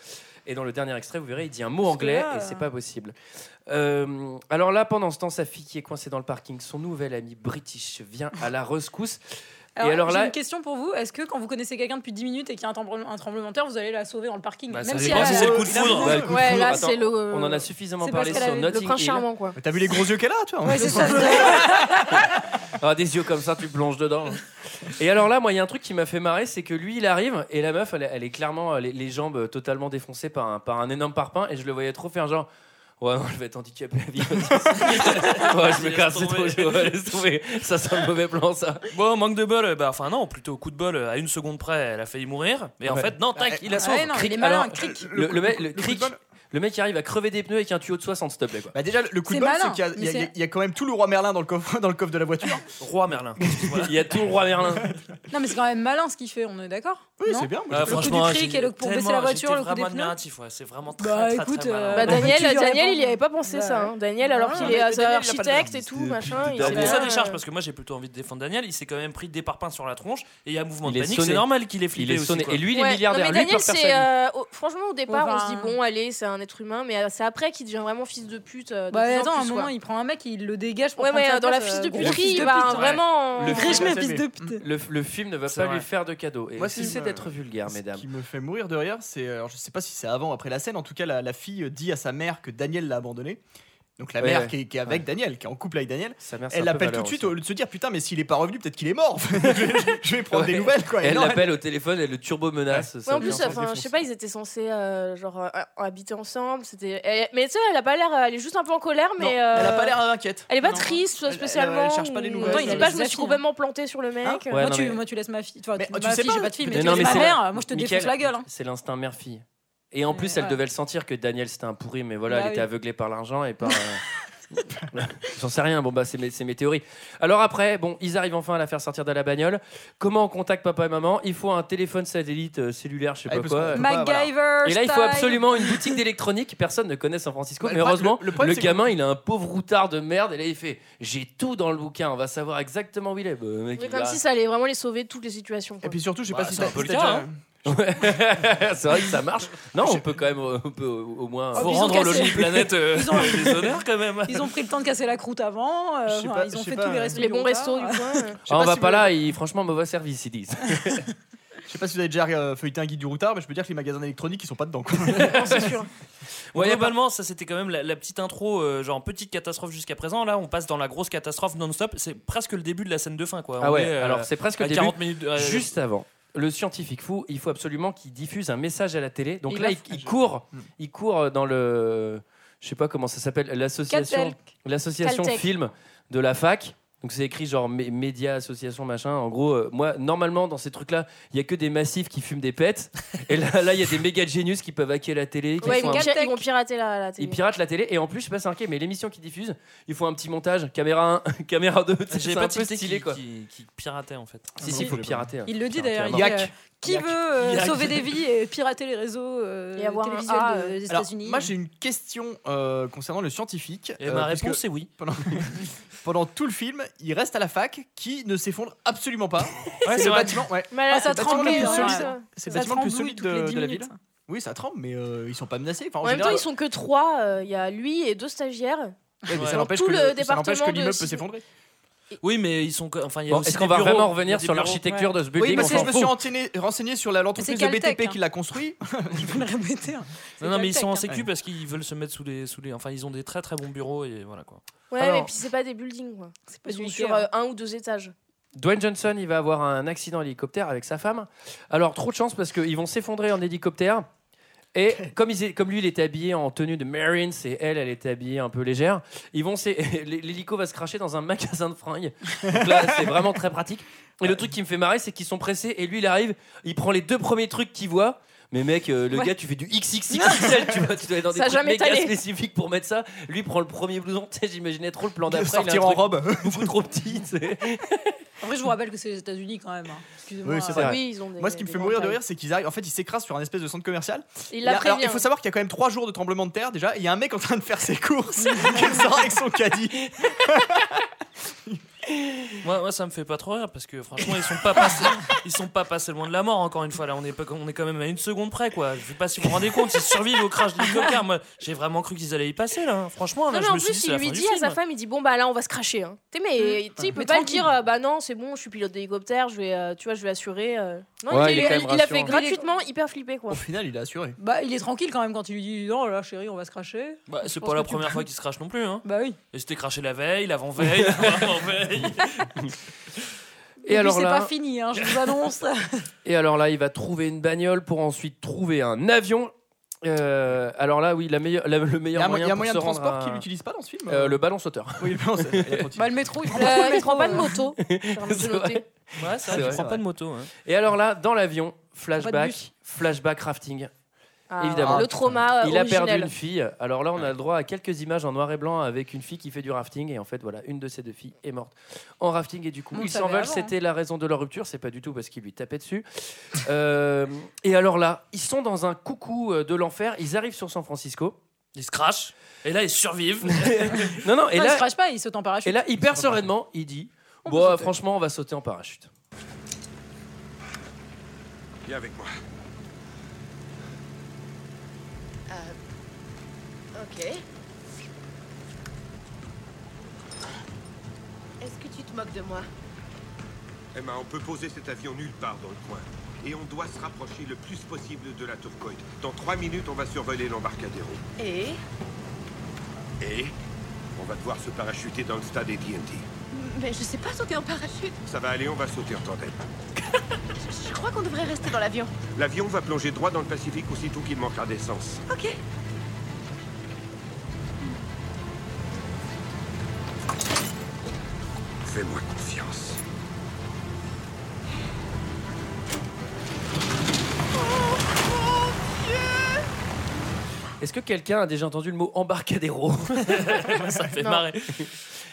A: Et dans le dernier extrait, vous verrez, il dit un mot
G: Parce que
A: anglais
G: là,
A: et c'est pas possible. Euh, alors là, pendant ce temps, sa fille qui est coincée dans le parking, son nouvel ami british vient à la rescousse.
G: Alors,
A: Et alors
G: j'ai
A: là-
G: une question pour vous. Est-ce que quand vous connaissez quelqu'un depuis 10 minutes et qu'il y a un, tremblement- un tremblement de terre, vous allez la sauver dans le parking
A: Bah, ça
G: Même si
A: dépend
G: elle
H: si
G: a-
H: c'est le coup de foudre.
A: Bah, écoute,
I: Ouais,
A: faut-
I: là,
A: attends,
I: c'est le.
A: on en a suffisamment
G: c'est
A: parlé
G: parce qu'elle
A: sur
G: avait le
I: Le
A: Notting
I: prince
A: Hill.
I: charmant, quoi.
F: Mais T'as vu les gros yeux qu'elle a, toi en
I: Ouais,
F: plus
I: c'est ça.
A: Ah, des yeux comme ça, tu plonges dedans. Et alors là, moi, il y a un truc qui m'a fait marrer, c'est que lui, il arrive et la meuf, elle, est- elle est clairement euh, les, les jambes totalement défoncées par un, par un énorme parpaing et je le voyais trop faire genre. Ouais, non, je vais être handicapé à vie. ouais, je me
H: Laisse
A: casse, c'est trop
H: tomber.
A: chaud. Ouais, laisse tomber. Ça sent le mauvais plan, ça.
H: Bon, manque de bol, euh, bah enfin non, plutôt coup de bol, euh, à une seconde près, elle a failli mourir. Mais en
A: Ouais.
H: fait, non, tac, il a sauvé.
G: Ouais, non, il est malin, cric.
A: Le, le, mec- le
F: coup de
A: cric,
F: bol-
A: le mec qui arrive à crever des pneus avec un tuyau de 60, s'il te plaît. Quoi.
F: Bah déjà, le coup de
G: C'est
F: bol,
G: malin,
F: c'est qu'il y a- il y, a-
G: mais c'est-
F: il y a quand même tout le roi Merlin dans le coffre, dans le coffre de la voiture.
H: Roi Merlin.
A: Il y a tout le roi Merlin.
G: Non, mais c'est quand même malin ce qu'il fait, on est d'accord
F: Oui,
G: Non
F: c'est bien.
H: Ah,
G: coup du cric
H: j'ai-
G: et le- pour baisser la
H: tellement-
G: voiture, le coup
H: j'étais
G: des
H: vraiment
G: pneus.
H: admiratif, ouais, c'est vraiment très,
G: Bah,
H: très, très,
G: écoute,
H: très malin.
G: euh,
I: Bah,
G: Bah,
I: Daniel,
G: tu lui
I: Daniel
G: réponds.
I: il y avait pas pensé
G: Bah,
I: ça. hein. Daniel,
G: ouais.
I: alors qu'il
G: Ouais,
I: est
G: mais
I: euh,
G: Daniel, il a pas de
I: architecte et
F: base.
I: tout,
F: C'était-
I: machin. il
G: bah,
A: Daniel,
I: s'est
H: Mais
I: bien,
H: ça
I: euh,
H: décharge parce que moi j'ai plutôt envie de défendre Daniel. Il s'est quand même pris des parpaings sur la tronche et il y a un mouvement
A: Il
H: de
A: est
H: panique.
A: sonné.
H: C'est normal qu'il ait
A: Il
H: flippé
A: est
H: aussi,
A: sonné.
H: quoi.
A: Et lui, il est
I: Ouais.
A: milliardaire.
I: Non, mais
A: lui, il
I: Daniel,
A: perd
I: c'est.
A: personne.
I: euh, au- franchement, au départ,
G: Enfin,
I: on se dit, bon, allez, c'est un être humain, mais euh, c'est après qu'il devient vraiment fils de pute. euh, de
G: Bah,
I: plus en
G: attends, à un
I: plus,
G: moment,
I: quoi.
G: il prend un mec et il le dégage pour
I: Ouais,
G: prendre
I: ouais,
G: sa
I: dans la
G: place,
I: fiche de
G: euh, gros
I: puterie,
G: fils
I: il
G: de
I: va
G: pute.
I: vraiment. euh,
A: Le
G: Riche, mais
F: Ouais.
G: fils de pute.
A: Le, le film ne va
H: C'est
A: pas
H: vrai.
A: lui faire de cadeau. Et
F: Moi,
A: Moi,
F: ce
A: si
F: qui
A: c'est
F: me-
A: d'être vulgaire, mesdames.
F: Ce qui me fait mourir de rire, c'est. Alors, je sais pas si c'est avant ou après la scène, en tout cas, la, la fille dit à sa mère que Daniel l'a abandonnée. Donc, la
A: Ouais,
F: mère
A: ouais.
F: qui, est, qui est avec
A: Ouais.
F: Daniel, qui est en couple avec Daniel.
A: Sa mère, c'est
F: Elle
A: un peu
F: l'appelle tout
A: valeur
F: de suite
A: aussi.
F: au lieu de se dire putain, mais s'il est pas revenu, peut-être qu'il est mort. je, vais- je vais prendre des
A: Ouais.
F: nouvelles quoi. Et
A: Elle
F: non,
A: l'appelle au téléphone, elle le turbo menace.
I: Ouais, en plus, enfin, je sais pas, ils étaient censés euh, genre euh, habiter ensemble. C'était, elle- mais tu sais, elle a pas l'air, elle est juste un peu en colère,
F: non,
I: mais
F: elle a
I: euh,
F: pas l'air inquiète.
I: elle est pas
F: Non.
I: triste
F: Elle- elle-
I: spécialement.
F: elle cherche pas les
I: ou-
F: nouvelles.
I: Non,
G: Elle
I: il
G: a
I: dit pas,
G: laissé
I: je
G: sa
I: me suis
G: fille, hein.
I: complètement plantée sur le mec.
F: Hein
I: Euh,
A: Ouais,
G: moi,
A: non,
G: tu,
A: mais-
G: moi, tu laisses ma fille. Enfin,
F: Mais
G: tu-
F: tu
G: ma
F: sais
G: fille,
F: pas.
G: j'ai pas de fille, mais,
A: Mais
G: tu
A: non,
G: laisses
A: mais
G: ma
A: c'est-
G: mère. Moi, je te
A: Michael-
G: défonce la gueule. hein.
A: C'est l'instinct mère-fille. Et en
G: Euh,
A: plus, elle
G: ouais.
A: devait le sentir que Daniel c'était un pourri, mais voilà,
G: Bah
A: elle était
G: oui.
A: aveuglée par l'argent et par. euh, J'en sais rien, bon bah c'est mes, c'est mes théories. Alors après, bon, ils arrivent enfin à la faire sortir de la bagnole. Comment on contacte papa et maman Il faut un téléphone satellite euh, cellulaire, je sais
F: Ah,
A: pas
F: parce
A: quoi.
F: qu'on- Voilà.
G: MacGyver.
A: Et là, il faut
G: style.
A: absolument une boutique d'électronique. Personne ne connaît San Francisco.
F: Bah,
A: mais
F: le pro-
A: heureusement, le,
F: le- le problème, c'est que-
A: gamin, il a un pauvre routard de merde. Et là, il fait J'ai tout dans le bouquin. On va savoir exactement où il est. Bah, le mec,
I: mais
A: il
I: Comme
A: va-
I: si ça allait vraiment les sauver de toutes les situations.
F: Et
I: quoi.
F: puis surtout, je sais
H: Bah,
F: pas si
H: c'est un
F: t'as
H: peu le
F: t'as
H: cas,
F: déjà-
H: hein.
A: Ouais. c'est vrai que ça marche. Non, on peut quand même, euh, on peut au au moins. euh,
G: Oh,
H: Faut
G: ils ont
H: rendre
G: cassé.
H: Lonely Planet euh, des honneurs quand même.
G: Ils ont pris le temps de casser la croûte avant. euh,
F: Je sais
G: voilà,
F: pas,
G: ils
F: je
G: ont
F: sais
G: fait
F: pas,
G: tous les
F: euh,
G: restos.
I: Les bons
G: locaux.
I: restos du coin. euh.
F: je sais
A: Ah, on
F: pas
A: va
F: si
A: pas
F: vous-
A: là, il- franchement, mauvais service, ils disent.
F: Je sais pas si vous avez déjà euh, feuilleté un guide du routard, mais je peux dire que les magasins électroniques ils sont pas dedans. Quoi.
A: Ouais, y a pas-
H: Globalement, ça c'était quand même la, la petite intro, euh, genre petite catastrophe jusqu'à présent. Là, on passe dans la grosse catastrophe non-stop. C'est presque le début de la scène de fin, quoi.
A: Ah
H: On
A: ouais,
H: est, euh,
A: alors c'est presque
H: à
A: le début.
H: 40 minutes. euh,
A: Juste avant, le scientifique fou, il faut absolument qu'il diffuse un message à la télé. Donc
I: Il
A: là,
I: va-
A: il, il court,
H: Mm.
A: il court euh, dans le, je sais pas comment ça s'appelle, l'association,
G: Caltech.
A: l'association
I: Caltech.
A: film de la fac. Donc c'est écrit genre mé- médias, association, machin. En gros, euh, moi, normalement, dans ces trucs-là, il y a que des massifs qui fument des pets. Et là, là, il y a des méga génius qui peuvent hacker la télé. qui
I: Ouais, ils
A: font
I: vont
A: un-
I: pir- ils vont pirater la la
A: ils
I: télé.
A: piratent la télé. Et en plus, je sais pas si c'est un mais l'émission qu'ils diffusent, ils font un petit montage, caméra 1, caméra 2.
H: J'ai
A: C'est
H: Ah, pas
A: un peu
H: tilté
A: stylé,
H: qui,
A: quoi.
H: qui, qui piratait en fait.
A: Si, si, il faut pirater. hein.
G: Il le dit
A: Pirater,
G: d'ailleurs. il
A: non.
G: dit,
F: Yac.
G: euh, Qui
F: Yac.
G: veut euh,
F: Yac.
G: sauver des vies et pirater les réseaux euh,
I: Et avoir un
G: télévisuels
I: A,
G: de-
I: euh,
G: des
F: Alors,
G: États-Unis
F: moi j'ai une question euh, concernant le scientifique.
H: Et
F: euh,
H: ma
F: puisque-
H: réponse c'est oui.
F: pendant, pendant tout le film, il reste à la fac qui ne s'effondre absolument pas.
H: Ouais,
F: c'est
H: c'est
F: le
H: vrai.
F: bâtiment, ouais.
I: Mais là,
G: Ah, ça
I: c'est
G: tremble,
I: tranquille,
F: hein,
I: hein,
F: ouais.
I: ça.
F: C'est le
G: Ça
F: bâtiment le plus
G: tremble
F: solide
G: toutes les
F: de,
G: dix
F: de la
G: minutes.
F: ville. Oui, ça tremble, mais euh, ils sont pas menacés. Enfin, en
I: En même temps,
F: général,
I: ils sont que trois. euh, Il y a lui et deux stagiaires.
F: ouais, mais
H: Ouais.
F: ça n'empêche
I: Tout
F: que,
I: le
F: le- ça
I: département
F: n'empêche que
I: de
F: l'immeuble peut
I: civil.
F: s'effondrer.
H: Oui, mais ils sont. Enfin, il y a
A: Bon,
H: aussi
A: est-ce qu'on
H: des
A: va
H: bureaux,
A: vraiment
H: il y a
A: revenir
H: des
A: sur
H: bureaux.
A: l'architecture de ce
F: Oui,
A: building
F: parce
A: On
F: que je
A: s'en
F: me suis
A: fout.
F: renseigné, renseigné sur la- l'entreprise de
G: C'est
F: BTP
I: hein.
G: Caltech,
F: qui l'a construit.
G: Je vous le répéter.
H: Non, non, mais ils sont en
G: Caltech,
H: sécu parce qu'ils veulent se mettre sous les, sous les. Enfin, ils ont des très très bons bureaux et voilà quoi.
I: Ouais,
A: Alors-
I: mais puis c'est pas des buildings. Quoi.
G: C'est pas
I: Ils
G: du
I: sont
G: Ikea.
I: sur euh, un ou deux étages.
A: Dwayne Johnson, il va avoir un accident d'hélicoptère avec sa femme. Alors, trop de chance parce qu'ils vont s'effondrer en hélicoptère. Et comme, ils, comme lui, il était habillé en tenue de Marines et elle, elle était habillée un peu légère, ils vont, s'é- l'hélico va se cracher dans un magasin de fringues. Donc là, c'est vraiment très pratique. Et le truc qui me fait marrer, c'est qu'ils sont pressés et lui, il arrive, il prend les deux premiers trucs qu'il voit. Mais mec, euh, le
I: Ouais.
A: gars, tu fais du XXXXL, tu vois, tu dois aller dans des
I: Ça a
A: trucs
I: jamais
A: méga
I: étalé.
A: spécifiques pour mettre ça. Lui prend le premier blouson, tu sais, j'imaginais trop le plan d'après. il a un
F: sortir en
A: truc
F: robe.
A: beaucoup trop petit, tu sais.
G: Après, je vous rappelle que c'est les États-Unis quand même. hein. Excusez-moi.
F: Oui, c'est vrai.
I: Oui, ils ont des-
F: Moi, ce qui me
I: des
F: fait mourir de
I: grands
F: rire, c'est qu'ils arrivent. En fait, ils s'écrasent sur un espèce de centre commercial.
I: Il
F: Il y a-
I: l'a hein.
F: alors, il
I: prévient.
F: faut savoir qu'il y a quand même trois jours de tremblement de terre déjà. et Il y a un mec en train de faire ses courses qui sort avec son caddie.
H: Moi, moi, ça me fait pas trop rire parce que franchement, ils sont pas passés, ils sont pas passés loin de la mort. Encore une fois, là, on est pas, on est quand même à une seconde près, quoi. Je sais pas si vous vous rendez compte, ils survivent au crash de l'hélicoptère. Moi, j'ai vraiment cru qu'ils allaient y passer, là. hein. Franchement, là,
I: Non, mais
H: je
I: en
H: me suis dit,
I: plus,
H: c'est
I: il
H: la
I: lui
H: fin du
I: dit à
H: film.
I: sa femme, il dit bon bah là on va se cracher. Hein. Tu sais, mais tu sais, il peut
G: Mais
I: pas
G: tranquille.
I: dire euh, bah non c'est bon, je suis pilote d'hélicoptère, je vais, euh, tu vois, je vais assurer. euh. Non,
A: Ouais, il
I: il,
A: est
I: il-
A: quand même
I: il l'a fait
A: rassurant.
I: gratuitement, hyper flippé quoi.
F: Au final, il a assuré.
G: Bah, il est tranquille quand même quand il lui dit non, là, chérie, on va se cracher.
H: Bah, c'est
G: Je
H: pas
G: pense
H: la
G: que tu
H: première
G: peux-
H: fois qu'ils se crachent non plus, hein.
G: Bah oui.
H: Et c'était craché la veille, l'avant-veille, l'avant-veille.
A: Et alors
G: puis, c'est
A: là-
G: pas fini, hein, je vous annonce.
A: Et alors là, il va trouver une bagnole pour ensuite trouver un avion. Euh, alors là, oui, la meilleure- la- le
F: Il y a
A: meilleur
F: un mo- il
A: moyen,
F: y a un
A: pour
F: moyen
A: se
F: de
A: rendre
F: transport
A: à-
F: qu'il n'utilise pas dans ce film.
A: Euh, le ballon sauteur.
F: Oui, le plan, c'est- il a continué.
G: bah, le métro, il prend
I: Euh,
G: pas le
I: il
G: métro.
I: prend pas de
G: euh.
I: moto. J'ai remarqué
A: C'est
I: de noter.
H: Ouais, ça,
A: C'est
H: tu
A: vrai.
H: prends pas de moto. hein.
A: Et alors là, dans l'avion,
G: Pas de
A: flashback,
G: bus.
A: flashback rafting.
I: Ah,
A: Évidemment.
I: Le trauma euh,
A: il a perdu
I: originel.
A: une fille. Alors là, on a le droit à quelques images en noir et blanc avec une fille qui fait du rafting. Et en fait, voilà, une de ces deux filles est morte en rafting. Et du coup,
G: On le
A: ils
G: savait
A: s'envolent.
G: avant, hein.
A: C'était la raison de leur rupture. C'est pas du tout parce qu'il lui tapait dessus. Euh, et alors là, ils sont dans un coucou euh, de l'enfer. Ils arrivent sur San Francisco.
H: Ils se crachent, et là, ils survivent.
A: Non, non, et
G: Non, il
A: là,
G: se crache pas, il saute en parachute.
A: Et là, hyper sereinement, il dit Bon, franchement, on va sauter en parachute.
E: Viens avec moi.
J: Ok. Est-ce que tu te moques de moi
E: Emma, Eh ben, on peut poser cet avion nulle part dans le coin. Et on doit se rapprocher le plus possible de la tourcoide. Dans trois minutes, on va survoler l'embarcadero.
J: Et
E: Et on va devoir se parachuter dans le stade AT&T.
J: Mais je sais pas sauter en parachute.
E: Ça va aller, on va sauter en tandem.
J: Je, je crois qu'on devrait rester dans l'avion.
E: L'avion va plonger droit dans le Pacifique aussitôt qu'il manquera d'essence.
J: Ok.
E: Fais-moi confiance.
A: Est-ce que quelqu'un a déjà entendu le mot embarcadero
H: ça fait
I: Non.
H: marrer.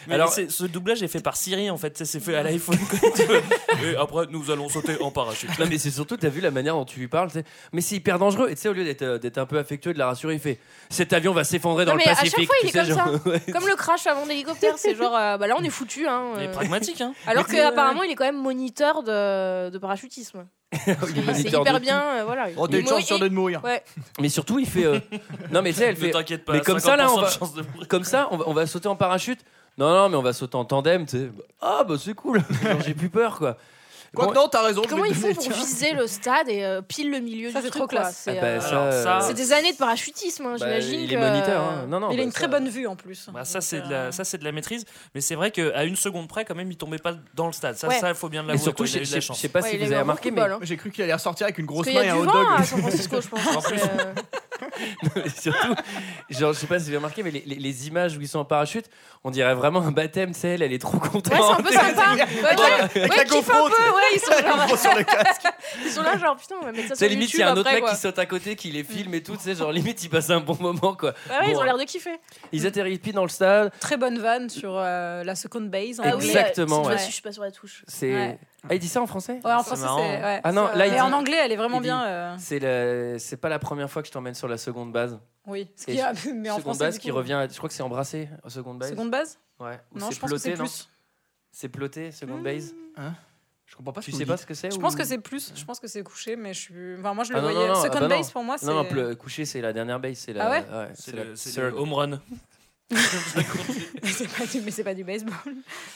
H: Mais
A: Alors-
H: c'est- ce doublage est fait par Siri en fait, tu sais, c'est fait à l'iPhone. quoi, tu vois. Et après, nous allons sauter en parachute.
A: Non, mais c'est surtout, t'as vu la manière dont tu lui parles, tu sais, mais c'est hyper dangereux. Et tu sais, au lieu d'être, euh, d'être un peu affectueux, de la rassurer, il fait Cet avion va s'effondrer dans
I: Non,
A: le
I: mais à chaque
A: Pacifique.
I: fois,
A: tu
I: il est
A: sais,
I: comme
A: genre, ouais.
I: Comme le crash avant l'hélicoptère, c'est genre euh, bah là on est foutu. Hein,
H: Il est
I: euh.
H: pragmatique, hein.
I: Alors qu'apparemment il est quand même moniteur de, de parachutisme.
A: Il est
I: C'est
A: moniteur de
I: hyper
A: tout.
I: bien. euh, voilà.
F: Oh, t'as
I: Il
F: une
I: est
F: chance
I: moni-
F: sur deux de mourir.
I: Ouais.
A: Mais surtout, il fait euh, Non, mais tu sais, elle
H: Ne
A: fait
H: t'inquiète pas,
A: mais comme ça, là, on
H: 50% de
A: va-
H: chance de mourir.
A: Comme ça, on va, on va sauter en parachute Non, non, mais on va sauter en tandem, tu sais. Ah, bah c'est cool, Genre, j'ai plus peur, quoi.
F: Quoi
A: Bon,
F: que non, t'as raison. je
I: Comment
F: vais
I: ils
F: te
I: font
F: donner
I: pour
F: le tien.
I: viser le stade et euh, pile le milieu
G: Ça,
I: du
G: c'est
I: truc
G: trop
I: quoi
G: classe.
I: C'est
A: Ah, bah,
I: euh,
A: ça,
H: alors, ça,
A: euh,
I: c'est des années de parachutisme, hein,
A: bah,
I: j'imagine.
A: il est
I: que- euh,
A: moniteur. hein. Non, non,
G: il
A: bah,
G: a une
A: ça-
G: très bonne vue en plus.
H: Bah, ça
G: Donc,
H: c'est de
G: euh,
H: la ça c'est de la maîtrise, mais c'est vrai qu'à une seconde près quand même il tombait pas dans le stade. Ça
I: Ouais.
H: ça faut bien
A: Mais
H: l'avouer.
A: surtout,
H: quoi, il
A: je
H: a eu
A: je-
H: de la
A: je
H: chance.
A: sais pas
I: Ouais,
A: si
I: il a
A: vous
I: eu un
A: avez
I: bon coup
A: remarqué,
I: de
A: mais
I: bol, hein.
F: J'ai cru qu'il allait ressortir avec une
I: Parce
F: grosse
I: qu'il
F: main
I: y
F: et
I: a
F: un
I: du
F: hot
I: vent
F: dog.
I: à San Francisco, je pense. euh,
A: Et surtout, genre, je sais pas si vous avez remarqué, mais les, les- les images où ils sont en parachute, on dirait vraiment un baptême, tu sais, elle, elle est trop
I: Ouais, c'est un
A: contente.
I: peu sympa. Ouais, ouais,
F: Avec
I: ouais,
F: la
I: kiffe un
F: GoPro,
I: peu, ouais, ils sont,
F: t'as une
I: genre,
F: grosse sur le casque.
I: ils sont là, genre, putain, on va mettre ça sur
A: C'est limite, il y
I: YouTube
A: a un autre
I: après,
A: mec
I: quoi.
A: qui saute à côté, qui les filme et tout, tu sais, genre limite, ils passent un bon moment, quoi.
I: Ouais, ouais, ils
A: Bon,
I: ont l'air de kiffer.
G: Mm.
A: Ils atterrissent pile dans le stade.
G: Très bonne vanne sur euh, la second base. en
A: Ah oui,
G: anglais.
A: Exactement,
I: ouais.
A: ouais.
I: Cette fois-ci, je suis pas sur la touche.
A: C'est.
G: Ouais.
A: Ah, il dit ça en français
G: Ouais, en
H: C'est
G: français,
H: marrant.
G: c'est. ouais.
A: Ah non,
I: Ça,
A: là, il
I: ouais.
G: Mais en
A: dit.
G: anglais, elle est
A: il
G: vraiment
A: dit-
G: bien. euh,
A: C'est, le- c'est pas la première fois que je t'emmène sur la seconde base.
G: euh, Oui. Ce
A: Et
G: qui a- Mais en
A: seconde
G: français.
A: base
G: du
A: qui
G: coup-
A: revient. à- Je crois que c'est embrassé, euh, seconde base.
G: Seconde base
A: Ouais. Ou
G: Non,
A: c'est
G: je pense que
A: ploté,
G: c'est
A: non
G: plus. Hmm.
A: C'est ploté, seconde base.
F: Hein Je comprends pas ce
A: Tu
F: que
A: sais
F: vous
A: pas
F: dites.
A: ce que c'est
G: Je
A: ou-
G: pense que c'est plus. Je pense que c'est couché, mais je suis. Enfin, moi, je le
A: Ah non, non,
G: voyais.
A: non,
G: Second
A: ah bah non.
G: base, pour moi, c'est.
A: Non, non, ple- couché, c'est la dernière base. C'est la...
G: Ah ouais
H: C'est
A: la
H: le, c'est
A: third.
H: le home run.
G: c'est pas du- Mais c'est pas du baseball.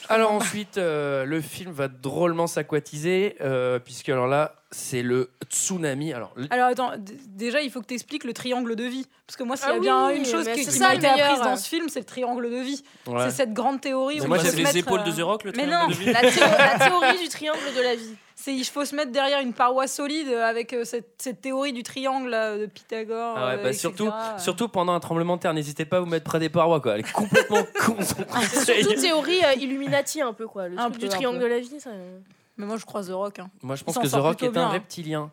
A: Alors ensuite, euh, le film va drôlement s'aquatiser, euh, puisque alors là, c'est le tsunami. Alors, l-
G: Alors attends, d- déjà il faut que tu expliques le triangle de vie. Parce que moi, s'il y
I: Ah
G: a bien
I: oui,
G: une chose
I: mais
G: qui,
I: c'est
G: qui
I: ça
G: m'a
I: le
G: été apprise
I: meilleur.
G: dans ce film, c'est le triangle de vie.
A: ouais.
G: C'est cette grande théorie.
A: Mais
G: où
A: moi,
G: il faut
A: c'est
G: se
A: les
G: mettre,
H: épaules de
G: euh,
H: The Rock, le
G: Mais
H: triangle
G: non,
H: de vie.
I: La, théo- la théorie du triangle de la vie.
G: c'est il faut se mettre derrière une paroi solide euh, avec euh, cette, cette théorie du triangle là, de Pythagore.
A: Ah ouais,
G: euh,
A: bah
G: etc.
A: surtout, surtout pendant un tremblement de terre, n'hésitez pas à vous mettre près des parois. Quoi. Elle est complètement con. son conseil.
I: Surtout théorie euh, Illuminati un peu quoi, le
G: Un
I: truc
G: peu,
I: du
G: un
I: triangle
G: peu.
I: de la vie. Ça...
G: euh. Mais moi je crois The Rock. hein.
A: Moi, je pense
G: s'en
A: que The
G: sort
A: Rock
G: plutôt
A: est un
G: bien.
A: reptilien.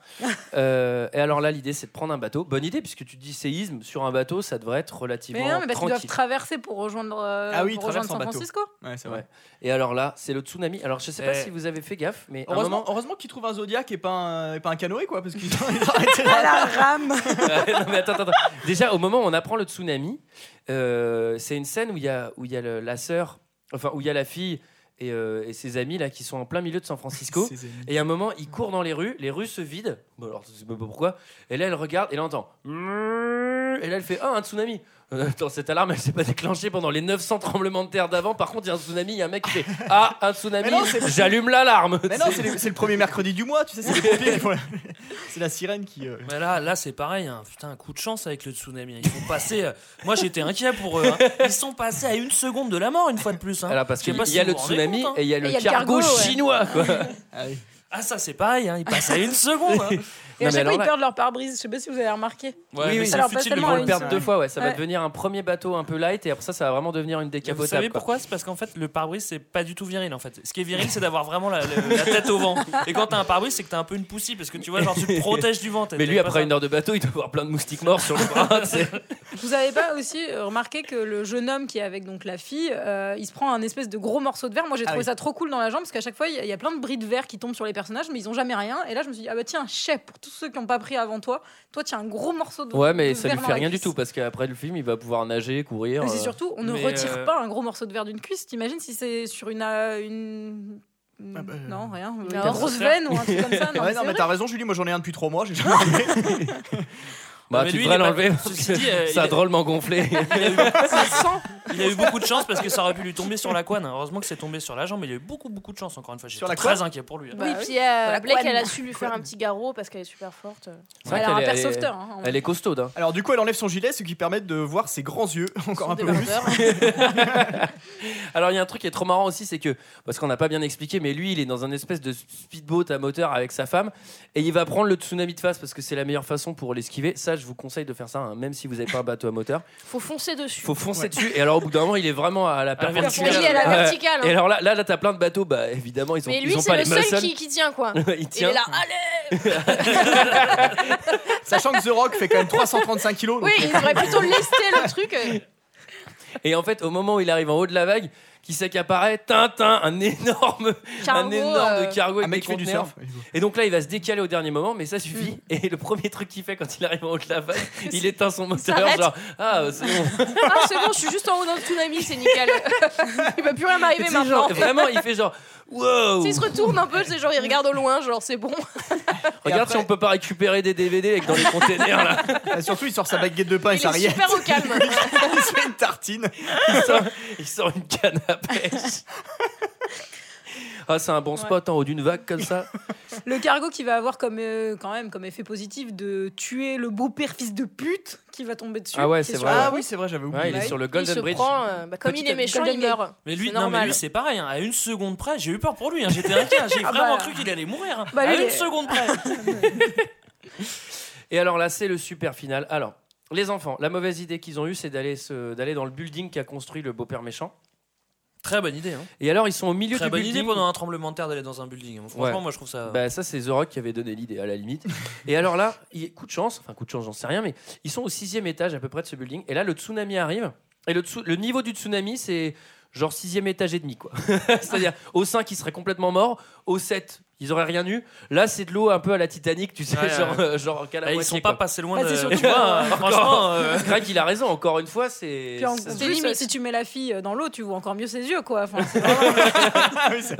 A: Euh, et alors là, l'idée, c'est de prendre un bateau. Bonne idée, puisque tu dis séisme sur un bateau, ça devrait être relativement
G: Mais non, mais parce qu'ils doivent
A: tranquille.
G: traverser pour rejoindre, euh,
F: Ah oui, ils
G: pour rejoindre
F: traversent en
G: San
F: bateau.
G: Francisco.
F: Ouais, c'est
A: Ouais.
F: vrai.
A: Et alors là, c'est le tsunami. Alors, je sais pas
H: Eh.
A: si vous avez fait gaffe, mais à un
F: Heureusement,
A: moment,
F: heureusement qu'ils trouvent un Zodiac et pas un, et pas un canoë, quoi, parce qu'ils ont ils ont arrêté là.
G: À la rame.
A: Ouais, non, mais attends, attends. Déjà, au moment où on apprend le tsunami, euh, c'est une scène où il y a, où il y a le- la sœur, enfin, où il y a la fille et, euh, et ses amis là qui sont en plein milieu de San Francisco.
F: Ses amis.
A: Et à un moment, ils courent dans les rues, les rues se vident. Bon, alors, je sais pas pourquoi. Et là, elle regarde et elle entend. Et là, elle fait Ah, un tsunami. Euh, attends, cette alarme, elle s'est pas déclenchée pendant les 900 tremblements de terre d'avant. Par contre, il y a un tsunami, il y a un mec qui fait Ah, un tsunami,
F: Mais non, c'est-
A: j'allume l'alarme.
F: Mais non, c'est les- c'est le premier mercredi du mois, tu sais, c'est les pompiers qui font la- C'est la sirène qui. euh,
H: Mais là, là c'est pareil, hein. putain, un coup de chance avec le tsunami. Ils sont passés. euh, Moi, j'étais inquiet pour eux. hein. Ils sont passés à une seconde de la mort une fois de plus. hein.
A: Alors, parce
H: Je sais
A: qu'il
H: pas
A: y
H: si
A: a
H: vous
A: le
H: vous rendez
A: tsunami
H: compte, hein.
A: et il y a le
G: il y a le
A: cargo,
G: cargo, ouais.
A: chinois. quoi.
F: Ah oui.
H: Ah, ça, c'est pareil. hein. Ils passent à une seconde. hein.
G: Et
A: Non, mais
G: à chaque
A: alors
G: fois, ils
A: là-
G: perdent leur pare-brise. Je sais pas si vous avez remarqué.
A: Oui,
H: mais
A: oui.
H: c'est
G: Alors,
H: futile
G: pas
H: de
G: tellement
A: On
H: vouloir
A: le
G: une
A: perd
G: seule.
A: deux fois, ouais. Ça va
G: Ouais.
A: devenir un premier bateau un peu light et après ça, ça va vraiment devenir une
H: Et
A: décapotable.
H: Vous savez
A: quoi.
H: pourquoi C'est parce qu'en fait, le pare-brise, c'est pas du tout viril en fait. Ce qui est viril, c'est d'avoir vraiment la, la- la tête au vent. Et quand t'as un pare-brise, c'est que t'as un peu une poussie parce que tu vois, genre, tu te protèges du vent. t'as-
A: Mais lui,
H: t'as pas
A: après
H: ça.
A: une heure de bateau, il doit avoir plein de moustiques morts sur le bras. tu sais.
G: Vous avez pas aussi euh, remarqué que le jeune homme qui est avec donc la fille, euh, il se prend un espèce de gros morceau de verre. Moi, j'ai
F: Ah
G: trouvé
F: oui.
G: ça trop cool dans la jambe parce qu'à chaque fois, il y a- il y, a plein de bris de verre qui tombent sur les personnages, mais ils ont jamais rien. Et là, je me suis dit ah bah tiens, chef, pour tous ceux qui n'ont pas pris avant toi, toi, tu as un gros morceau de.
A: Ouais, mais
G: de
A: ça
G: verre
A: lui
G: dans
A: fait
G: la
A: rien du
G: cuisse.
A: tout parce qu'après le film, il va pouvoir nager, courir.
G: Mais
A: euh.
G: c'est surtout, on ne
H: mais,
G: retire
H: euh,
G: pas un gros morceau de verre d'une cuisse. T'imagines si c'est sur une euh, une
F: Ah bah, euh,
G: non rien, une
I: horreur.
G: grosse veine ou un truc comme ça. Non,
F: Ouais,
G: mais
F: non,
G: c'est
F: mais
G: vrai.
F: t'as raison, Julie, moi j'en ai un depuis trois mois, j'ai jamais enlevé.
A: Bah,
H: Non, mais
A: tu
H: lui,
A: devrais
H: il est pas-
A: l'enlever parce
H: Ceci
A: que
H: dit, euh, il
A: ça a
H: a-
A: drôlement gonflé.
G: ça sent.
H: Il a eu beaucoup de chance parce que ça aurait pu lui tomber sur la couenne. Heureusement que c'est tombé sur la jambe, mais il a eu beaucoup, beaucoup de chance encore une fois. J'étais
F: Sur la
H: très
F: couenne
H: inquiet pour lui. hein.
G: Bah
I: oui,
G: oui.
I: puis euh,
G: Voilà,
I: Blake,
G: couenne.
I: elle a su lui faire un petit garrot parce qu'elle est super forte. euh,
A: C'est vrai
G: Elle a un
A: qu'elle est-
G: père
A: elle est-
G: sauveteur. hein, en
A: Elle est costaude. hein.
F: Alors, du coup, elle enlève son gilet, ce qui permet de voir ses grands yeux, encore un peu plus.
A: Alors il y a un truc qui est trop marrant aussi, c'est que parce qu'on n'a pas bien expliqué, mais lui il est dans un espèce de speedboat à moteur avec sa femme et il va prendre le tsunami de face parce que c'est la meilleure façon pour l'esquiver. Ça, je vous conseille de faire ça, hein, même si vous n'avez pas un bateau à moteur.
I: Faut foncer dessus.
A: Faut foncer dessus et alors au bout d'un moment il est vraiment à la perpendiculaire.
I: Oui, à la
A: Ouais.
I: verticale. hein.
A: Et alors là, là, là, t'as plein de bateaux, bah évidemment ils ont,
I: Mais
A: ils
I: lui,
A: ont
I: c'est
A: pas
I: le
A: les
I: seul
A: muscles.
I: qui, qui tient quoi.
A: il
I: Il
A: tient.
I: est là, allez
F: Sachant que The Rock fait quand même 335 kilos. donc-
I: Oui, il devrait plutôt lester le truc. euh.
A: Et en fait, au moment où il arrive en haut de la vague, qui c'est qui apparaît Tintin, un énorme, un
I: Cargo,
A: énorme
I: euh,
A: cargo
F: Un
A: avec
F: mec
A: des
F: qui fait du
A: conteneurs.
F: surf.
A: Et donc là, il va se décaler au dernier moment, mais ça suffit.
I: Mm.
A: Et le premier truc qu'il fait quand il arrive en haut de la vague, il éteint son moteur,
I: s'arrête.
A: genre ah c'est bon.
I: Ah, c'est bon, je suis juste en haut d'un tsunami, c'est nickel. Il va plus rien
A: Et
I: m'arriver
A: tu sais, genre,
I: Eh, maintenant.
A: vraiment, il fait genre wow.
I: S'il se retourne un peu, c'est genre il regarde au loin, genre c'est bon.
A: Regarde
F: Et après-
A: si on peut pas récupérer des DVD avec dans les containers là.
F: Ah, surtout, il sort sa baguette de pain et
I: il
F: sa
I: est
F: rillette.
I: super au calme.
F: il se fait une tartine.
A: Il sort, il sort une canne à pêche. Ah, c'est un bon spot en haut d'une vague comme ça.
G: Le cargo qui va avoir comme euh, quand même comme effet positif de tuer le beau-père fils de pute qui va tomber dessus.
A: Ah ouais,
G: qui est
A: c'est
G: sur
A: vrai.
G: la
F: Ah
G: route.
F: oui, c'est vrai, j'avais oublié.
A: Ouais, il est sur le Golden
I: il se
A: Bridge.
I: prend, euh, bah, comme
G: Petite
I: il est méchant,
G: Golden
I: il meurt.
H: Mais lui,
I: C'est
H: non, mais
I: normal.
H: lui, c'est pareil. hein. À une seconde près, j'ai eu peur pour lui. hein. J'étais inquiet. hein. J'ai
G: Ah bah.
H: vraiment cru qu'il allait mourir. hein.
G: Bah,
H: à
G: lui, il
H: une
G: est-
H: seconde près.
A: Et alors là, c'est le super final. Alors, les enfants, la mauvaise idée qu'ils ont eue, c'est d'aller se- d'aller dans le building qu'a construit le beau-père méchant.
H: Très bonne idée. hein.
A: Et alors, ils sont au milieu
H: Très
A: du
H: bonne idée
A: building.
H: pendant un tremblement de terre d'aller dans un building. hein. Franchement,
A: Ouais.
H: moi, je trouve ça.
A: Bah ça c'est The Rock qui avait donné l'idée à la limite. Et alors là, il- coup de chance, enfin coup de chance j'en sais rien, mais ils sont au sixième étage à peu près de ce building. Et là le tsunami arrive. Et le, tsu- le niveau du tsunami c'est genre sixième étage et demi quoi. C'est-à-dire au 5 ils seraient complètement morts, au 7 ils auraient rien eu. Là c'est de l'eau un peu à la Titanic, tu sais,
H: Ouais,
A: genre,
H: ouais.
A: euh, genre qu'à la
H: Bah, ils
A: moitié,
H: sont pas
A: quoi.
H: passés loin
G: Bah,
H: de.
G: c'est
H: Tu
G: surtout-
H: vois, euh, franchement. euh,
A: Greg il a raison, encore une fois c'est...
G: Puis en
A: ça-
G: plus, euh,
I: C'est limite.
G: si tu mets la fille dans l'eau, tu vois encore mieux ses yeux, quoi. Enfin, c'est-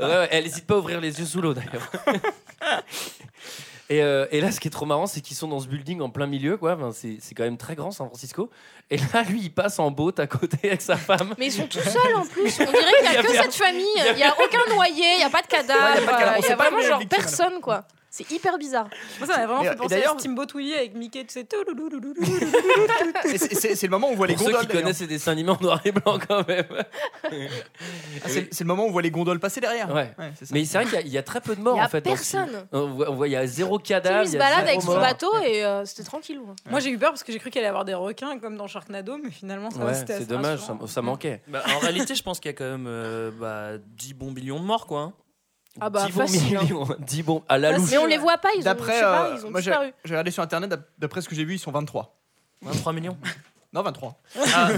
A: Ouais, ouais, elle n'hésite pas à ouvrir les yeux sous l'eau d'ailleurs. Et, euh, et là, ce qui est trop marrant, c'est qu'ils sont dans ce building en plein milieu, quoi. Enfin, c'est c'est quand même très grand, San Francisco. Et là, lui, il passe en boat à côté avec sa femme.
I: Mais ils sont tout seuls en plus. On dirait
A: Il
I: qu'il n'y
A: y a
I: a que
A: rien.
I: cette famille. Il n'y a aucun noyé, il n'y a pas de cadavre.
F: Ouais, il y a pas de cadavre. On
I: Il n'y
F: sait
I: a
F: pas
I: vraiment
F: lequel est
I: genre
F: victime, alors.
I: personne quoi. C'est hyper bizarre.
G: Moi, ça m'a vraiment
F: Mais,
G: fait
F: et
G: penser à
F: d'ailleurs-
G: Steamboat Willie avec Mickey, tu sais. touloulouloulou.
F: Et c'est- C'est c'est le moment où on voit les
A: Pour ceux
F: gondoles.
A: qui connaissent les dessins animés en noir et blanc quand même.
F: d'ailleurs. Ah, c'est c'est le moment où on voit les gondoles passer derrière.
A: Ouais.
F: c'est ça.
A: Mais c'est vrai qu'il y a- il y, a très peu de
I: Ah. Il
A: morts
I: y a
A: en fait. dans ce film.
I: personne.
A: On voit- on voit- Il y a zéro cadavre. il
I: Timmy
A: y
I: se
A: a
I: balade
A: zéro
I: avec son
A: mort.
I: bateau et euh, c'était tranquille.
G: Moi, j'ai eu peur parce que j'ai cru qu'il allait y avoir des requins comme dans Sharknado, mais finalement, ça va,
A: Ouais,
G: c'était
A: c'est
G: assez
A: dommage, ça,
G: rassurant.
A: ça manquait.
H: Bah, en réalité, je pense qu'il y a quand même euh, bah, 10 bons millions de morts, quoi. hein.
I: Ah bah,
A: 10 bons
I: facile, hein.
A: millions, 10 bons à la
G: Ouais,
A: louche.
I: Mais on les voit pas, ils ont, je
F: D'après,
I: sais pas,
F: euh,
I: ils ont
F: moi j'ai
I: disparu.
F: j'ai regardé sur internet, d'ap- d'après ce que j'ai vu, ils sont 23.
H: 23 Hein, millions.
F: Non, 23.
H: Ah,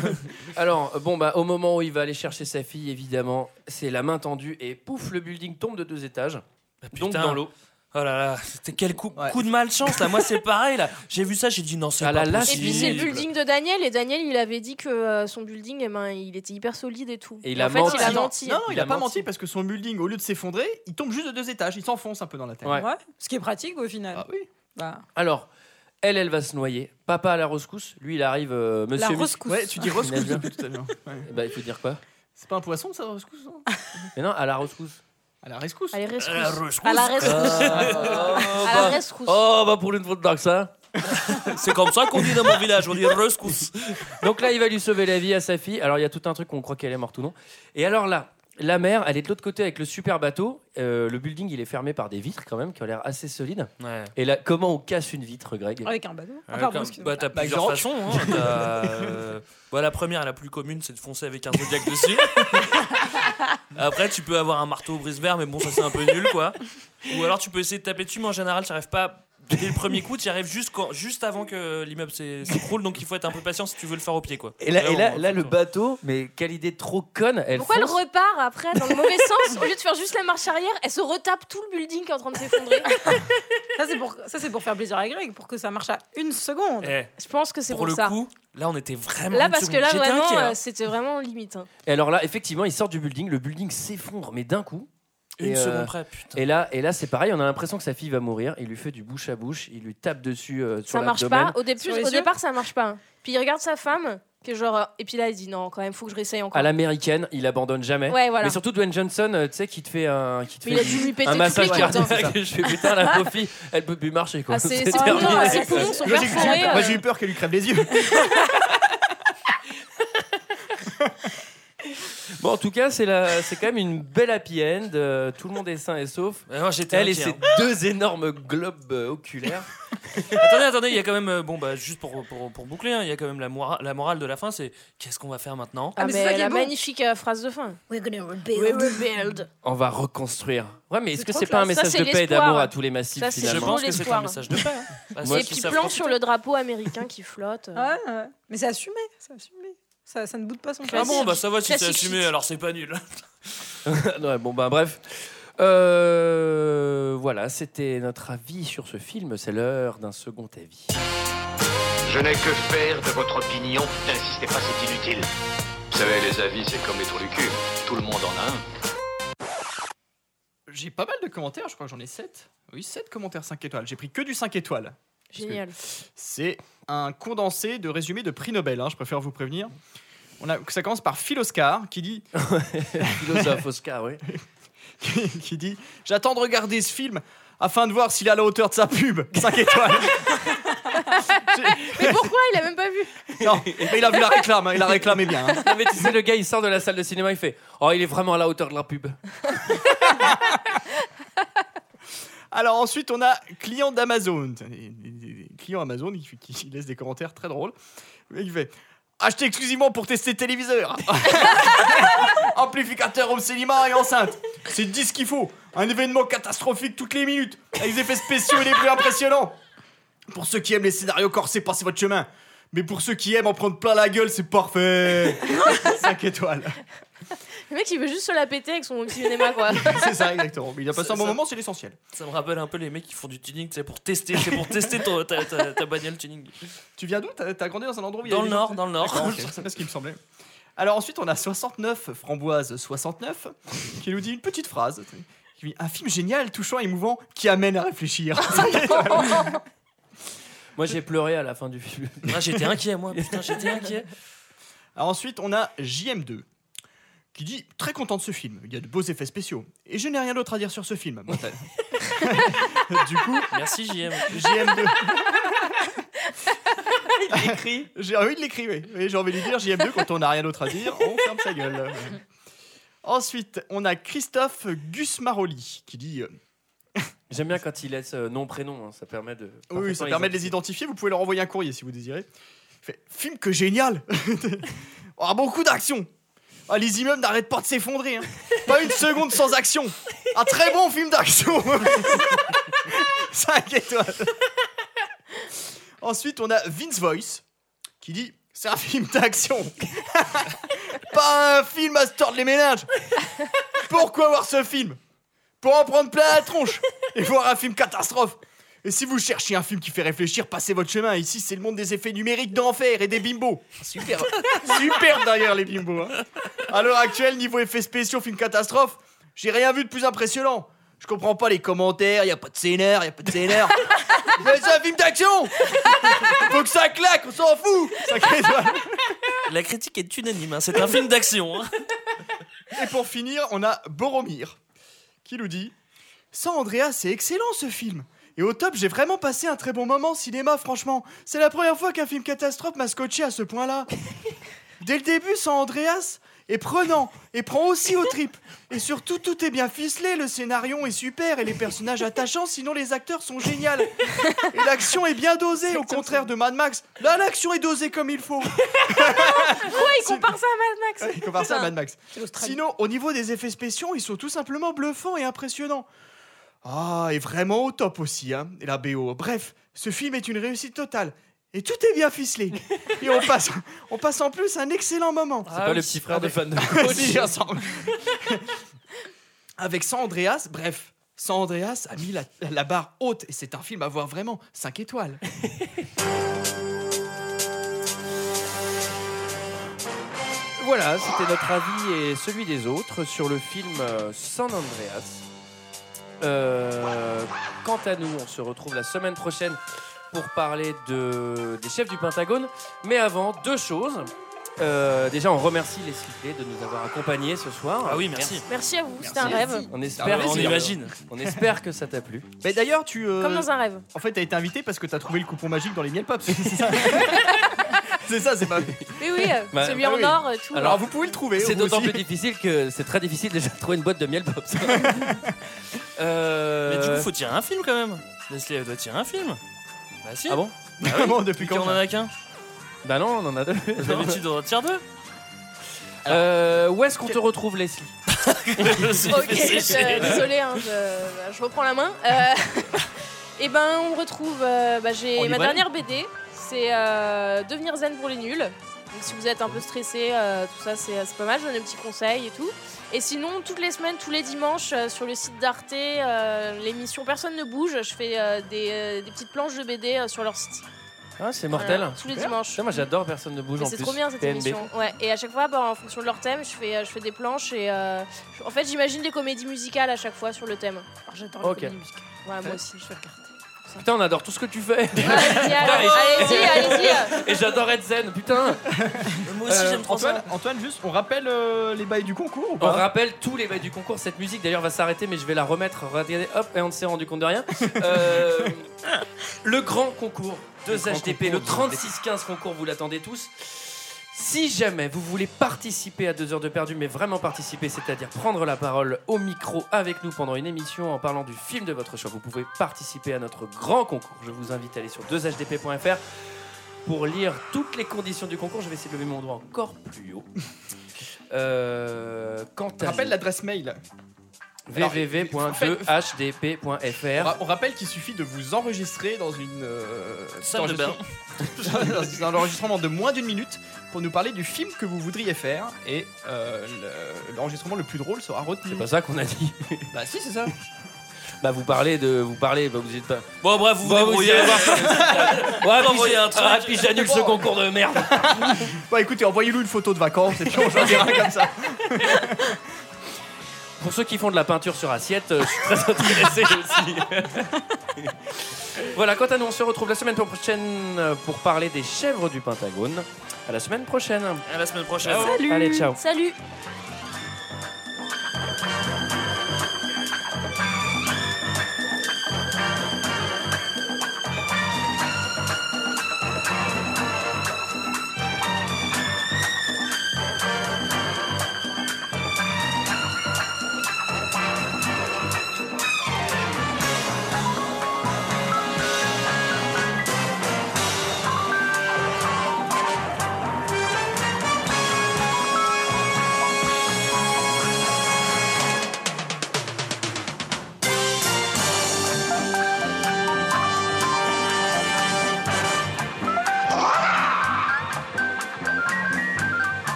A: Alors, bon, bah, au moment où il va aller chercher sa fille, évidemment, c'est la main tendue et pouf, le building tombe de deux étages. donc
H: Bah, Ah, putain.
A: dans l'eau.
H: Oh là là, c'était quel coup,
F: Ouais.
H: coup de malchance là. Moi, c'est pareil là. J'ai vu ça, j'ai dit non, c'est
A: Ah
H: pas
A: là là,
I: Et
H: possible. Euh,
I: puis c'est le
A: Possible.
I: building de Daniel et Daniel il avait dit que euh, son building eh ben, il était hyper solide et tout.
A: Et il
I: en
A: a
I: fait
A: menti.
I: il a
A: Non,
I: menti.
F: Non, non, il,
A: Il
F: a,
A: a
F: pas
A: menti.
F: menti parce que son building, au lieu de s'effondrer, il tombe juste de deux étages. Il s'enfonce un peu dans la terre.
A: Ouais.
G: Ouais, ce qui est pratique au final.
F: Ah oui.
G: Bah,
A: Alors, elle, elle va se noyer. Papa à la rescousse. Lui, il arrive, euh,
G: la
A: monsieur. Mus-
G: rescousse.
F: Ouais, tu dis rescousse
A: Bien.
F: depuis tout à l'heure. Ouais.
A: Bah, il faut dire quoi
F: C'est pas un poisson ça, rescousse hein
A: Mais non, à la rescousse.
F: À la rescousse.
I: Allez rescousse.
H: Ah, rescousse.
I: À la rescousse.
A: oh,
I: À la
A: bah,
I: rescousse.
A: oh, bah, pour une fois de ça.
H: C'est comme ça qu'on dit dans mon village, on dit rescousse.
A: Donc là, il va lui sauver la vie à sa fille. Alors, il y a tout un truc, on croit qu'elle est morte ou non. Et alors là, la mère, elle est de l'autre côté avec le super bateau. Euh, le building, il est fermé par des vitres quand même, qui ont l'air assez solides.
H: Ouais.
A: Et là, comment on casse une vitre, Greg
G: Avec un bateau. Ah,
H: Ouais,
G: pardon,
H: comme-
G: excuse-moi.
H: bah, t'as
F: Bah,
H: plusieurs
F: Xerox.
H: façons. hein. T'as, euh, bah, la première, la plus commune, c'est de foncer avec un zodiac dessus. Après, tu peux avoir un marteau au brise-verre, mais bon, ça c'est un peu nul, quoi. Ou alors, tu peux essayer de taper dessus, mais en général, tu arrives pas dès le premier coup, tu arrives juste, quand- juste avant que l'immeuble s'é- s'écroule, donc il faut être un peu patient si tu veux le faire au pied, quoi.
A: Et là, et là,
H: on-
A: là, le bateau, mais quelle idée trop conne. Elle
I: Pourquoi elle
A: fonce.
I: repart après dans le mauvais sens Au lieu de faire juste la marche arrière, elle se retape tout le building qui est en train de s'effondrer.
G: Ça, c'est pour, ça, c'est pour faire plaisir à Greg, pour que ça marche à une seconde.
H: Eh,
I: Je pense que c'est
H: pour,
I: pour,
H: le
I: ça.
H: coup, là, on était vraiment.
I: Là
H: une
I: parce que
H: seconde.
I: là
H: J'étais
I: vraiment
H: inquiet, hein.
I: euh, c'était vraiment limite. hein.
A: Et alors là, effectivement, il sort du building, le building s'effondre, mais d'un coup.
H: Une
A: Et, euh,
H: seconde près, putain.
A: Et là, et là c'est pareil, on a l'impression que sa fille va mourir. Il lui fait du bouche à bouche, il lui tape dessus euh, sur
I: Ça marche
A: l'abdomen.
I: pas. Au, début,
G: Sur les
I: au
G: yeux
I: départ ça marche pas. hein. Puis il regarde sa femme qui est genre euh, et puis là il dit non quand même faut que je réessaye encore.
A: À l'américaine, il abandonne jamais.
I: Ouais voilà.
A: Ah Mais surtout Dwayne Johnson, euh, tu sais, qui te fait un, qui te
I: Mais
A: fait
I: il a dû lui péter
A: un
I: toutes
A: massage
I: les hein,
F: dents.
A: cardiaque. Je fais putain, la pauvre fille, elle peut plus marcher quoi.
I: Ah, c'est-
A: C'est
I: c'est
A: terminé.
I: horrible,
G: ses poumons sont
F: Moi, j'ai- j'ai eu peur-
I: perforés,
F: moi,
I: euh.
F: j'ai eu peur qu'elle lui crève les yeux.
A: Bon, en tout cas, c'est la- c'est quand même une belle happy end. euh, tout le monde est sain et sauf.
H: Ah non, j'étais
A: Elle et
H: inquiet,
A: ses
H: hein.
A: deux énormes globes euh, oculaires.
H: attendez, attendez, il y a quand même. euh, Bon, bah, juste pour, pour, pour boucler, hein, il y a quand même la, moira- la morale de la fin c'est qu'est-ce qu'on va faire maintenant
I: Ah,
G: Ah, mais c'est
I: mais
G: ça qui est
I: la
G: bon.
I: magnifique euh, phrase de fin.
G: We're gonna
I: We
G: rebuild.
I: rebuild.
A: On va reconstruire. Ouais, mais est-ce
G: C'est
A: que
G: trop
A: c'est pas un
I: classe. Ça,
A: message
I: c'est
A: de paix et
I: l'espoir.
A: d'amour à tous les massifs
I: Ça, c'est
H: Je
I: Finalement.
A: finalement
H: pense que c'est un
I: l'espoir.
H: message de paix. hein. Parce
A: Moi,
I: Les
H: qu'ils
I: petits
H: savent
I: plans
H: profiter.
I: sur le drapeau américain qui flotte. euh.
G: Ouais, ouais. Mais c'est assumé, c'est assumé. Ça, ça ne boude pas son
H: Ah
G: classique.
H: bon, bah ça va si c'est
I: Classique
H: assumé,
I: shit.
H: alors c'est pas nul.
A: Ouais, bon, bah bref. Euh, voilà, c'était notre avis sur ce film. C'est l'heure d'un second avis.
D: Je n'ai que faire de votre opinion. N'insistez pas, c'est inutile. Vous savez, les avis, c'est comme les trous du cul. Tout le monde en a un.
F: J'ai pas mal de commentaires, je crois que j'en ai 7. Oui, 7 commentaires 5 étoiles. J'ai pris que du 5 étoiles.
I: Génial.
F: C'est un condensé de résumé de prix Nobel, hein, je préfère vous prévenir. On a, ça commence par Phil Oscar qui dit,
A: Philosophe Oscar, oui.
F: qui dit J'attends de regarder ce film afin de voir s'il est à la hauteur de sa pub. 5 étoiles.
I: Mais pourquoi il a même pas vu
F: Non, mais il a vu la réclame, hein, il la réclamait bien. hein.
A: Non, mais tu sais, le gars, il sort de la salle de cinéma, il fait Oh, il est vraiment à la hauteur de la pub.
F: Alors ensuite, on a client d'Amazon. Des- des- des- des Client Amazon qui, qui laisse des commentaires très drôles. Le mec, Il fait acheter exclusivement pour tester téléviseur, amplificateur home cinéma et enceinte. C'est 10 qu'il faut. Un événement catastrophique toutes les minutes, avec des effets spéciaux et les plus impressionnants. Pour ceux qui aiment les scénarios corsés, passez votre chemin. Mais pour ceux qui aiment en prendre plein la gueule, c'est parfait. 5 étoiles.
I: Le mec il veut juste se la péter avec son cinéma quoi.
F: C'est ça exactement. Mais il a passé
H: Ça-
F: un bon
H: ça-
F: moment, c'est l'essentiel.
H: Ça me rappelle un peu les mecs qui font du tuning, c'est pour tester, c'est pour tester ton- ta, ta- ta bagnole tuning.
F: Tu viens d'où T'as t'as grandi dans un endroit où il y
H: Dans
F: avait
H: le
F: des-
H: nord, dans le nord.
F: D'accord, ok, c'est pas ce qui me semblait. Alors ensuite, on a 69, framboise 69, qui nous dit une petite phrase. qui dit, Un film génial, touchant, émouvant, qui amène à réfléchir.
A: Moi, j'ai pleuré à la fin du film.
H: Ah, j'étais inquiet, moi, putain, j'étais inquiet.
F: Alors ensuite, on a JM2, qui dit Très content de ce film, il y a de beaux effets spéciaux. Et je n'ai rien d'autre à dire sur ce film. Bon, t'as- du coup,
H: Merci JM.
F: JM2.
K: Il écrit.
F: J'ai envie de l'écrire, oui. Oui, J'ai envie de lui dire JM2 quand on n'a rien d'autre à dire, on ferme sa gueule. Ensuite, on a Christophe Gusmaroli qui dit euh,
A: J'aime bien quand il laisse euh, nom, prénom. hein, ça permet de.
F: Oui, oui, ça
A: parfaitement
F: permet de les identifier. Vous pouvez leur envoyer un courrier si vous désirez. Il Fait, film que génial Ah, beaucoup d'action ah, Les immeubles n'arrêtent pas de s'effondrer. hein. Pas une seconde sans action Un très bon film d'action 5 étoiles Ensuite, on a Vince Voice qui dit C'est un film d'action Pas un film à se tordre les ménages Pourquoi voir ce film Pour en prendre plein la tronche et voir un film catastrophe et si vous cherchez un film qui fait réfléchir, passez votre chemin. Ici, c'est le monde des effets numériques d'enfer et des bimbos. Super, super d'ailleurs les bimbos. hein. À l'heure actuelle, niveau effets spéciaux, film catastrophe, j'ai rien vu de plus impressionnant. Je comprends pas les commentaires, y a pas de scénar, y a pas de scénar. Mais c'est un film d'action Faut que ça claque, on s'en fout Cinq étoiles.
H: La critique est unanime. hein, C'est un film d'action. hein.
F: Et pour finir, on a Boromir qui nous dit Sans Andrea, c'est excellent ce film. Et au top, j'ai vraiment passé un très bon moment cinéma, franchement. C'est la première fois qu'un film catastrophe m'a scotché à ce point-là. Dès le début, San Andreas est prenant et prend aussi aux tripes. Et surtout, tout est bien ficelé, le scénario est super et les personnages attachants, sinon les acteurs sont géniaux. Et l'action est bien dosée, au contraire de Mad Max. Là, l'action est dosée comme il faut.
I: Pourquoi il compare ça à Mad Max
F: Il compare ça à Mad Max.
G: C'est l'Australie.
F: Sinon, au niveau des effets spéciaux, ils sont tout simplement bluffants et impressionnants. Ah, et vraiment au top aussi, hein, et la BO. Bref, ce film est une réussite totale. Et tout est bien ficelé. Et on passe, on passe en plus un excellent moment.
I: Ah,
A: C'est pas le petit
F: Ah,
A: frère de fan de
F: Si, ensemble. Avec San Andreas, bref, San Andreas a mis la, la barre haute et c'est un film à voir vraiment 5 étoiles.
A: Voilà, c'était notre avis et celui des autres sur le film euh, San Andreas. Euh, quant à nous, on se retrouve la semaine prochaine pour parler de, des chefs du Pentagone. Mais avant, deux choses. Euh, déjà, on remercie les Day de nous avoir accompagnés ce soir.
H: Ah oui, merci.
I: Merci à vous, c'était un rêve.
A: On
H: Ah,
A: espère,
H: on
A: on,
H: imagine.
A: espère que ça t'a plu.
F: Mais d'ailleurs, tu. euh,
I: Comme dans un rêve.
F: En fait, t'as été invité parce que t'as trouvé le coupon magique dans les miel pops. c'est ça, c'est pas.
I: Oui, oui, euh,
A: Bah,
I: celui
F: bah
I: en
F: oui.
I: or, euh, tout.
F: Alors, vous pouvez le trouver.
A: C'est
F: vous
A: d'autant
F: aussi.
A: plus difficile que c'est très difficile déjà de trouver une boîte de miel Pops.
H: Mais
A: Euh,
H: du coup, faut tirer un film quand même. Leslie, elle doit tirer un film. Bah si.
A: Ah bon
F: Vraiment, depuis
H: Depuis
F: quand
H: qu'on en a qu'un.
A: Bah non, on en a deux.
H: D'habitude, on en tire deux.
A: Euh, où est-ce qu'on te retrouve, Leslie
I: Ok, je- désolée, hein, je, je reprends la main. et ben, on me retrouve. euh, bah,
F: En
I: j'ai ma
F: librairie.
I: dernière BD, c'est euh, Devenir zen pour les nuls. Donc, si vous êtes un peu stressé, euh, tout ça, c'est c'est pas mal. Je donne des petits conseils et tout. Et sinon, toutes les semaines, tous les dimanches, euh, sur le site d'Arte, euh, l'émission Personne ne bouge, je fais euh, des, euh, des petites planches de BD euh, sur leur site.
A: Ah, c'est mortel.
I: Voilà, Euh, tous les dimanches.
A: Putain, moi j'adore personne ne bouge
I: Mais
A: en
I: C'est
A: plus.
I: trop bien cette
A: TNB.
I: émission. Ouais. Et à chaque fois, bah, en fonction de leur thème, je fais, je fais des planches et euh, je- en fait, j'imagine des comédies musicales à chaque fois sur le thème.
G: Alors, Oh, J'adore les
A: Ok.
G: comédies musicales.
I: Ouais, moi aussi.
G: Je fais le carton.
A: Putain, on adore tout ce que tu fais.
I: Allez-y, allez-y, allez-y.
A: Et j'adore être zen, putain.
H: Moi aussi,
F: Euh,
H: j'aime trop ça.
F: Antoine, Antoine, juste, on rappelle euh, les bails du concours ou
A: On
F: pas
A: rappelle tous les bails du concours. Cette musique d'ailleurs va s'arrêter, mais je vais la remettre. Regardez, hop, et on ne s'est rendu compte de rien. Euh, le grand concours de
F: grand
A: HDP, le
F: concours de
A: 36-15 concours, vous l'attendez tous. Si jamais vous voulez participer à 2 heures de perdu, mais vraiment participer, c'est-à-dire prendre la parole au micro avec nous pendant une émission en parlant du film de votre choix, vous pouvez participer à notre grand concours. Je vous invite à aller sur 2hdp.fr pour lire toutes les conditions du concours. Je vais essayer de lever mon doigt encore plus haut. Euh, quant à
F: rappelle l'adresse mail. On,
A: www.2hdp.fr
F: ra- on rappelle qu'il suffit de vous enregistrer dans une euh,
H: Salle de bain.
F: dans un enregistrement de moins d'une minute pour nous parler du film que vous voudriez faire et euh, le- l'enregistrement le plus drôle sera retenu.
A: C'est pas ça qu'on a dit.
F: Bah si c'est ça.
A: Bah vous parlez de vous parlez bah, vous êtes pas.
H: Bon, bref, vous vous
A: Bah, vous
H: débrouillez.
A: allez voir. Ouais,
H: puis j'ai- ah,
A: puis j'annule ce concours de merde.
F: Bah écoutez, envoyez-nous une photo de vacances et puis on s'en dira comme ça.
A: Pour ceux qui font de la peinture sur assiette, euh, je suis très intéressé aussi. voilà, quant à nous, on se retrouve la semaine prochaine euh, pour parler des chèvres du Pentagone. À la semaine prochaine. Ah
H: À la semaine prochaine.
A: Allez, ciao.
I: Salut.
A: Salut.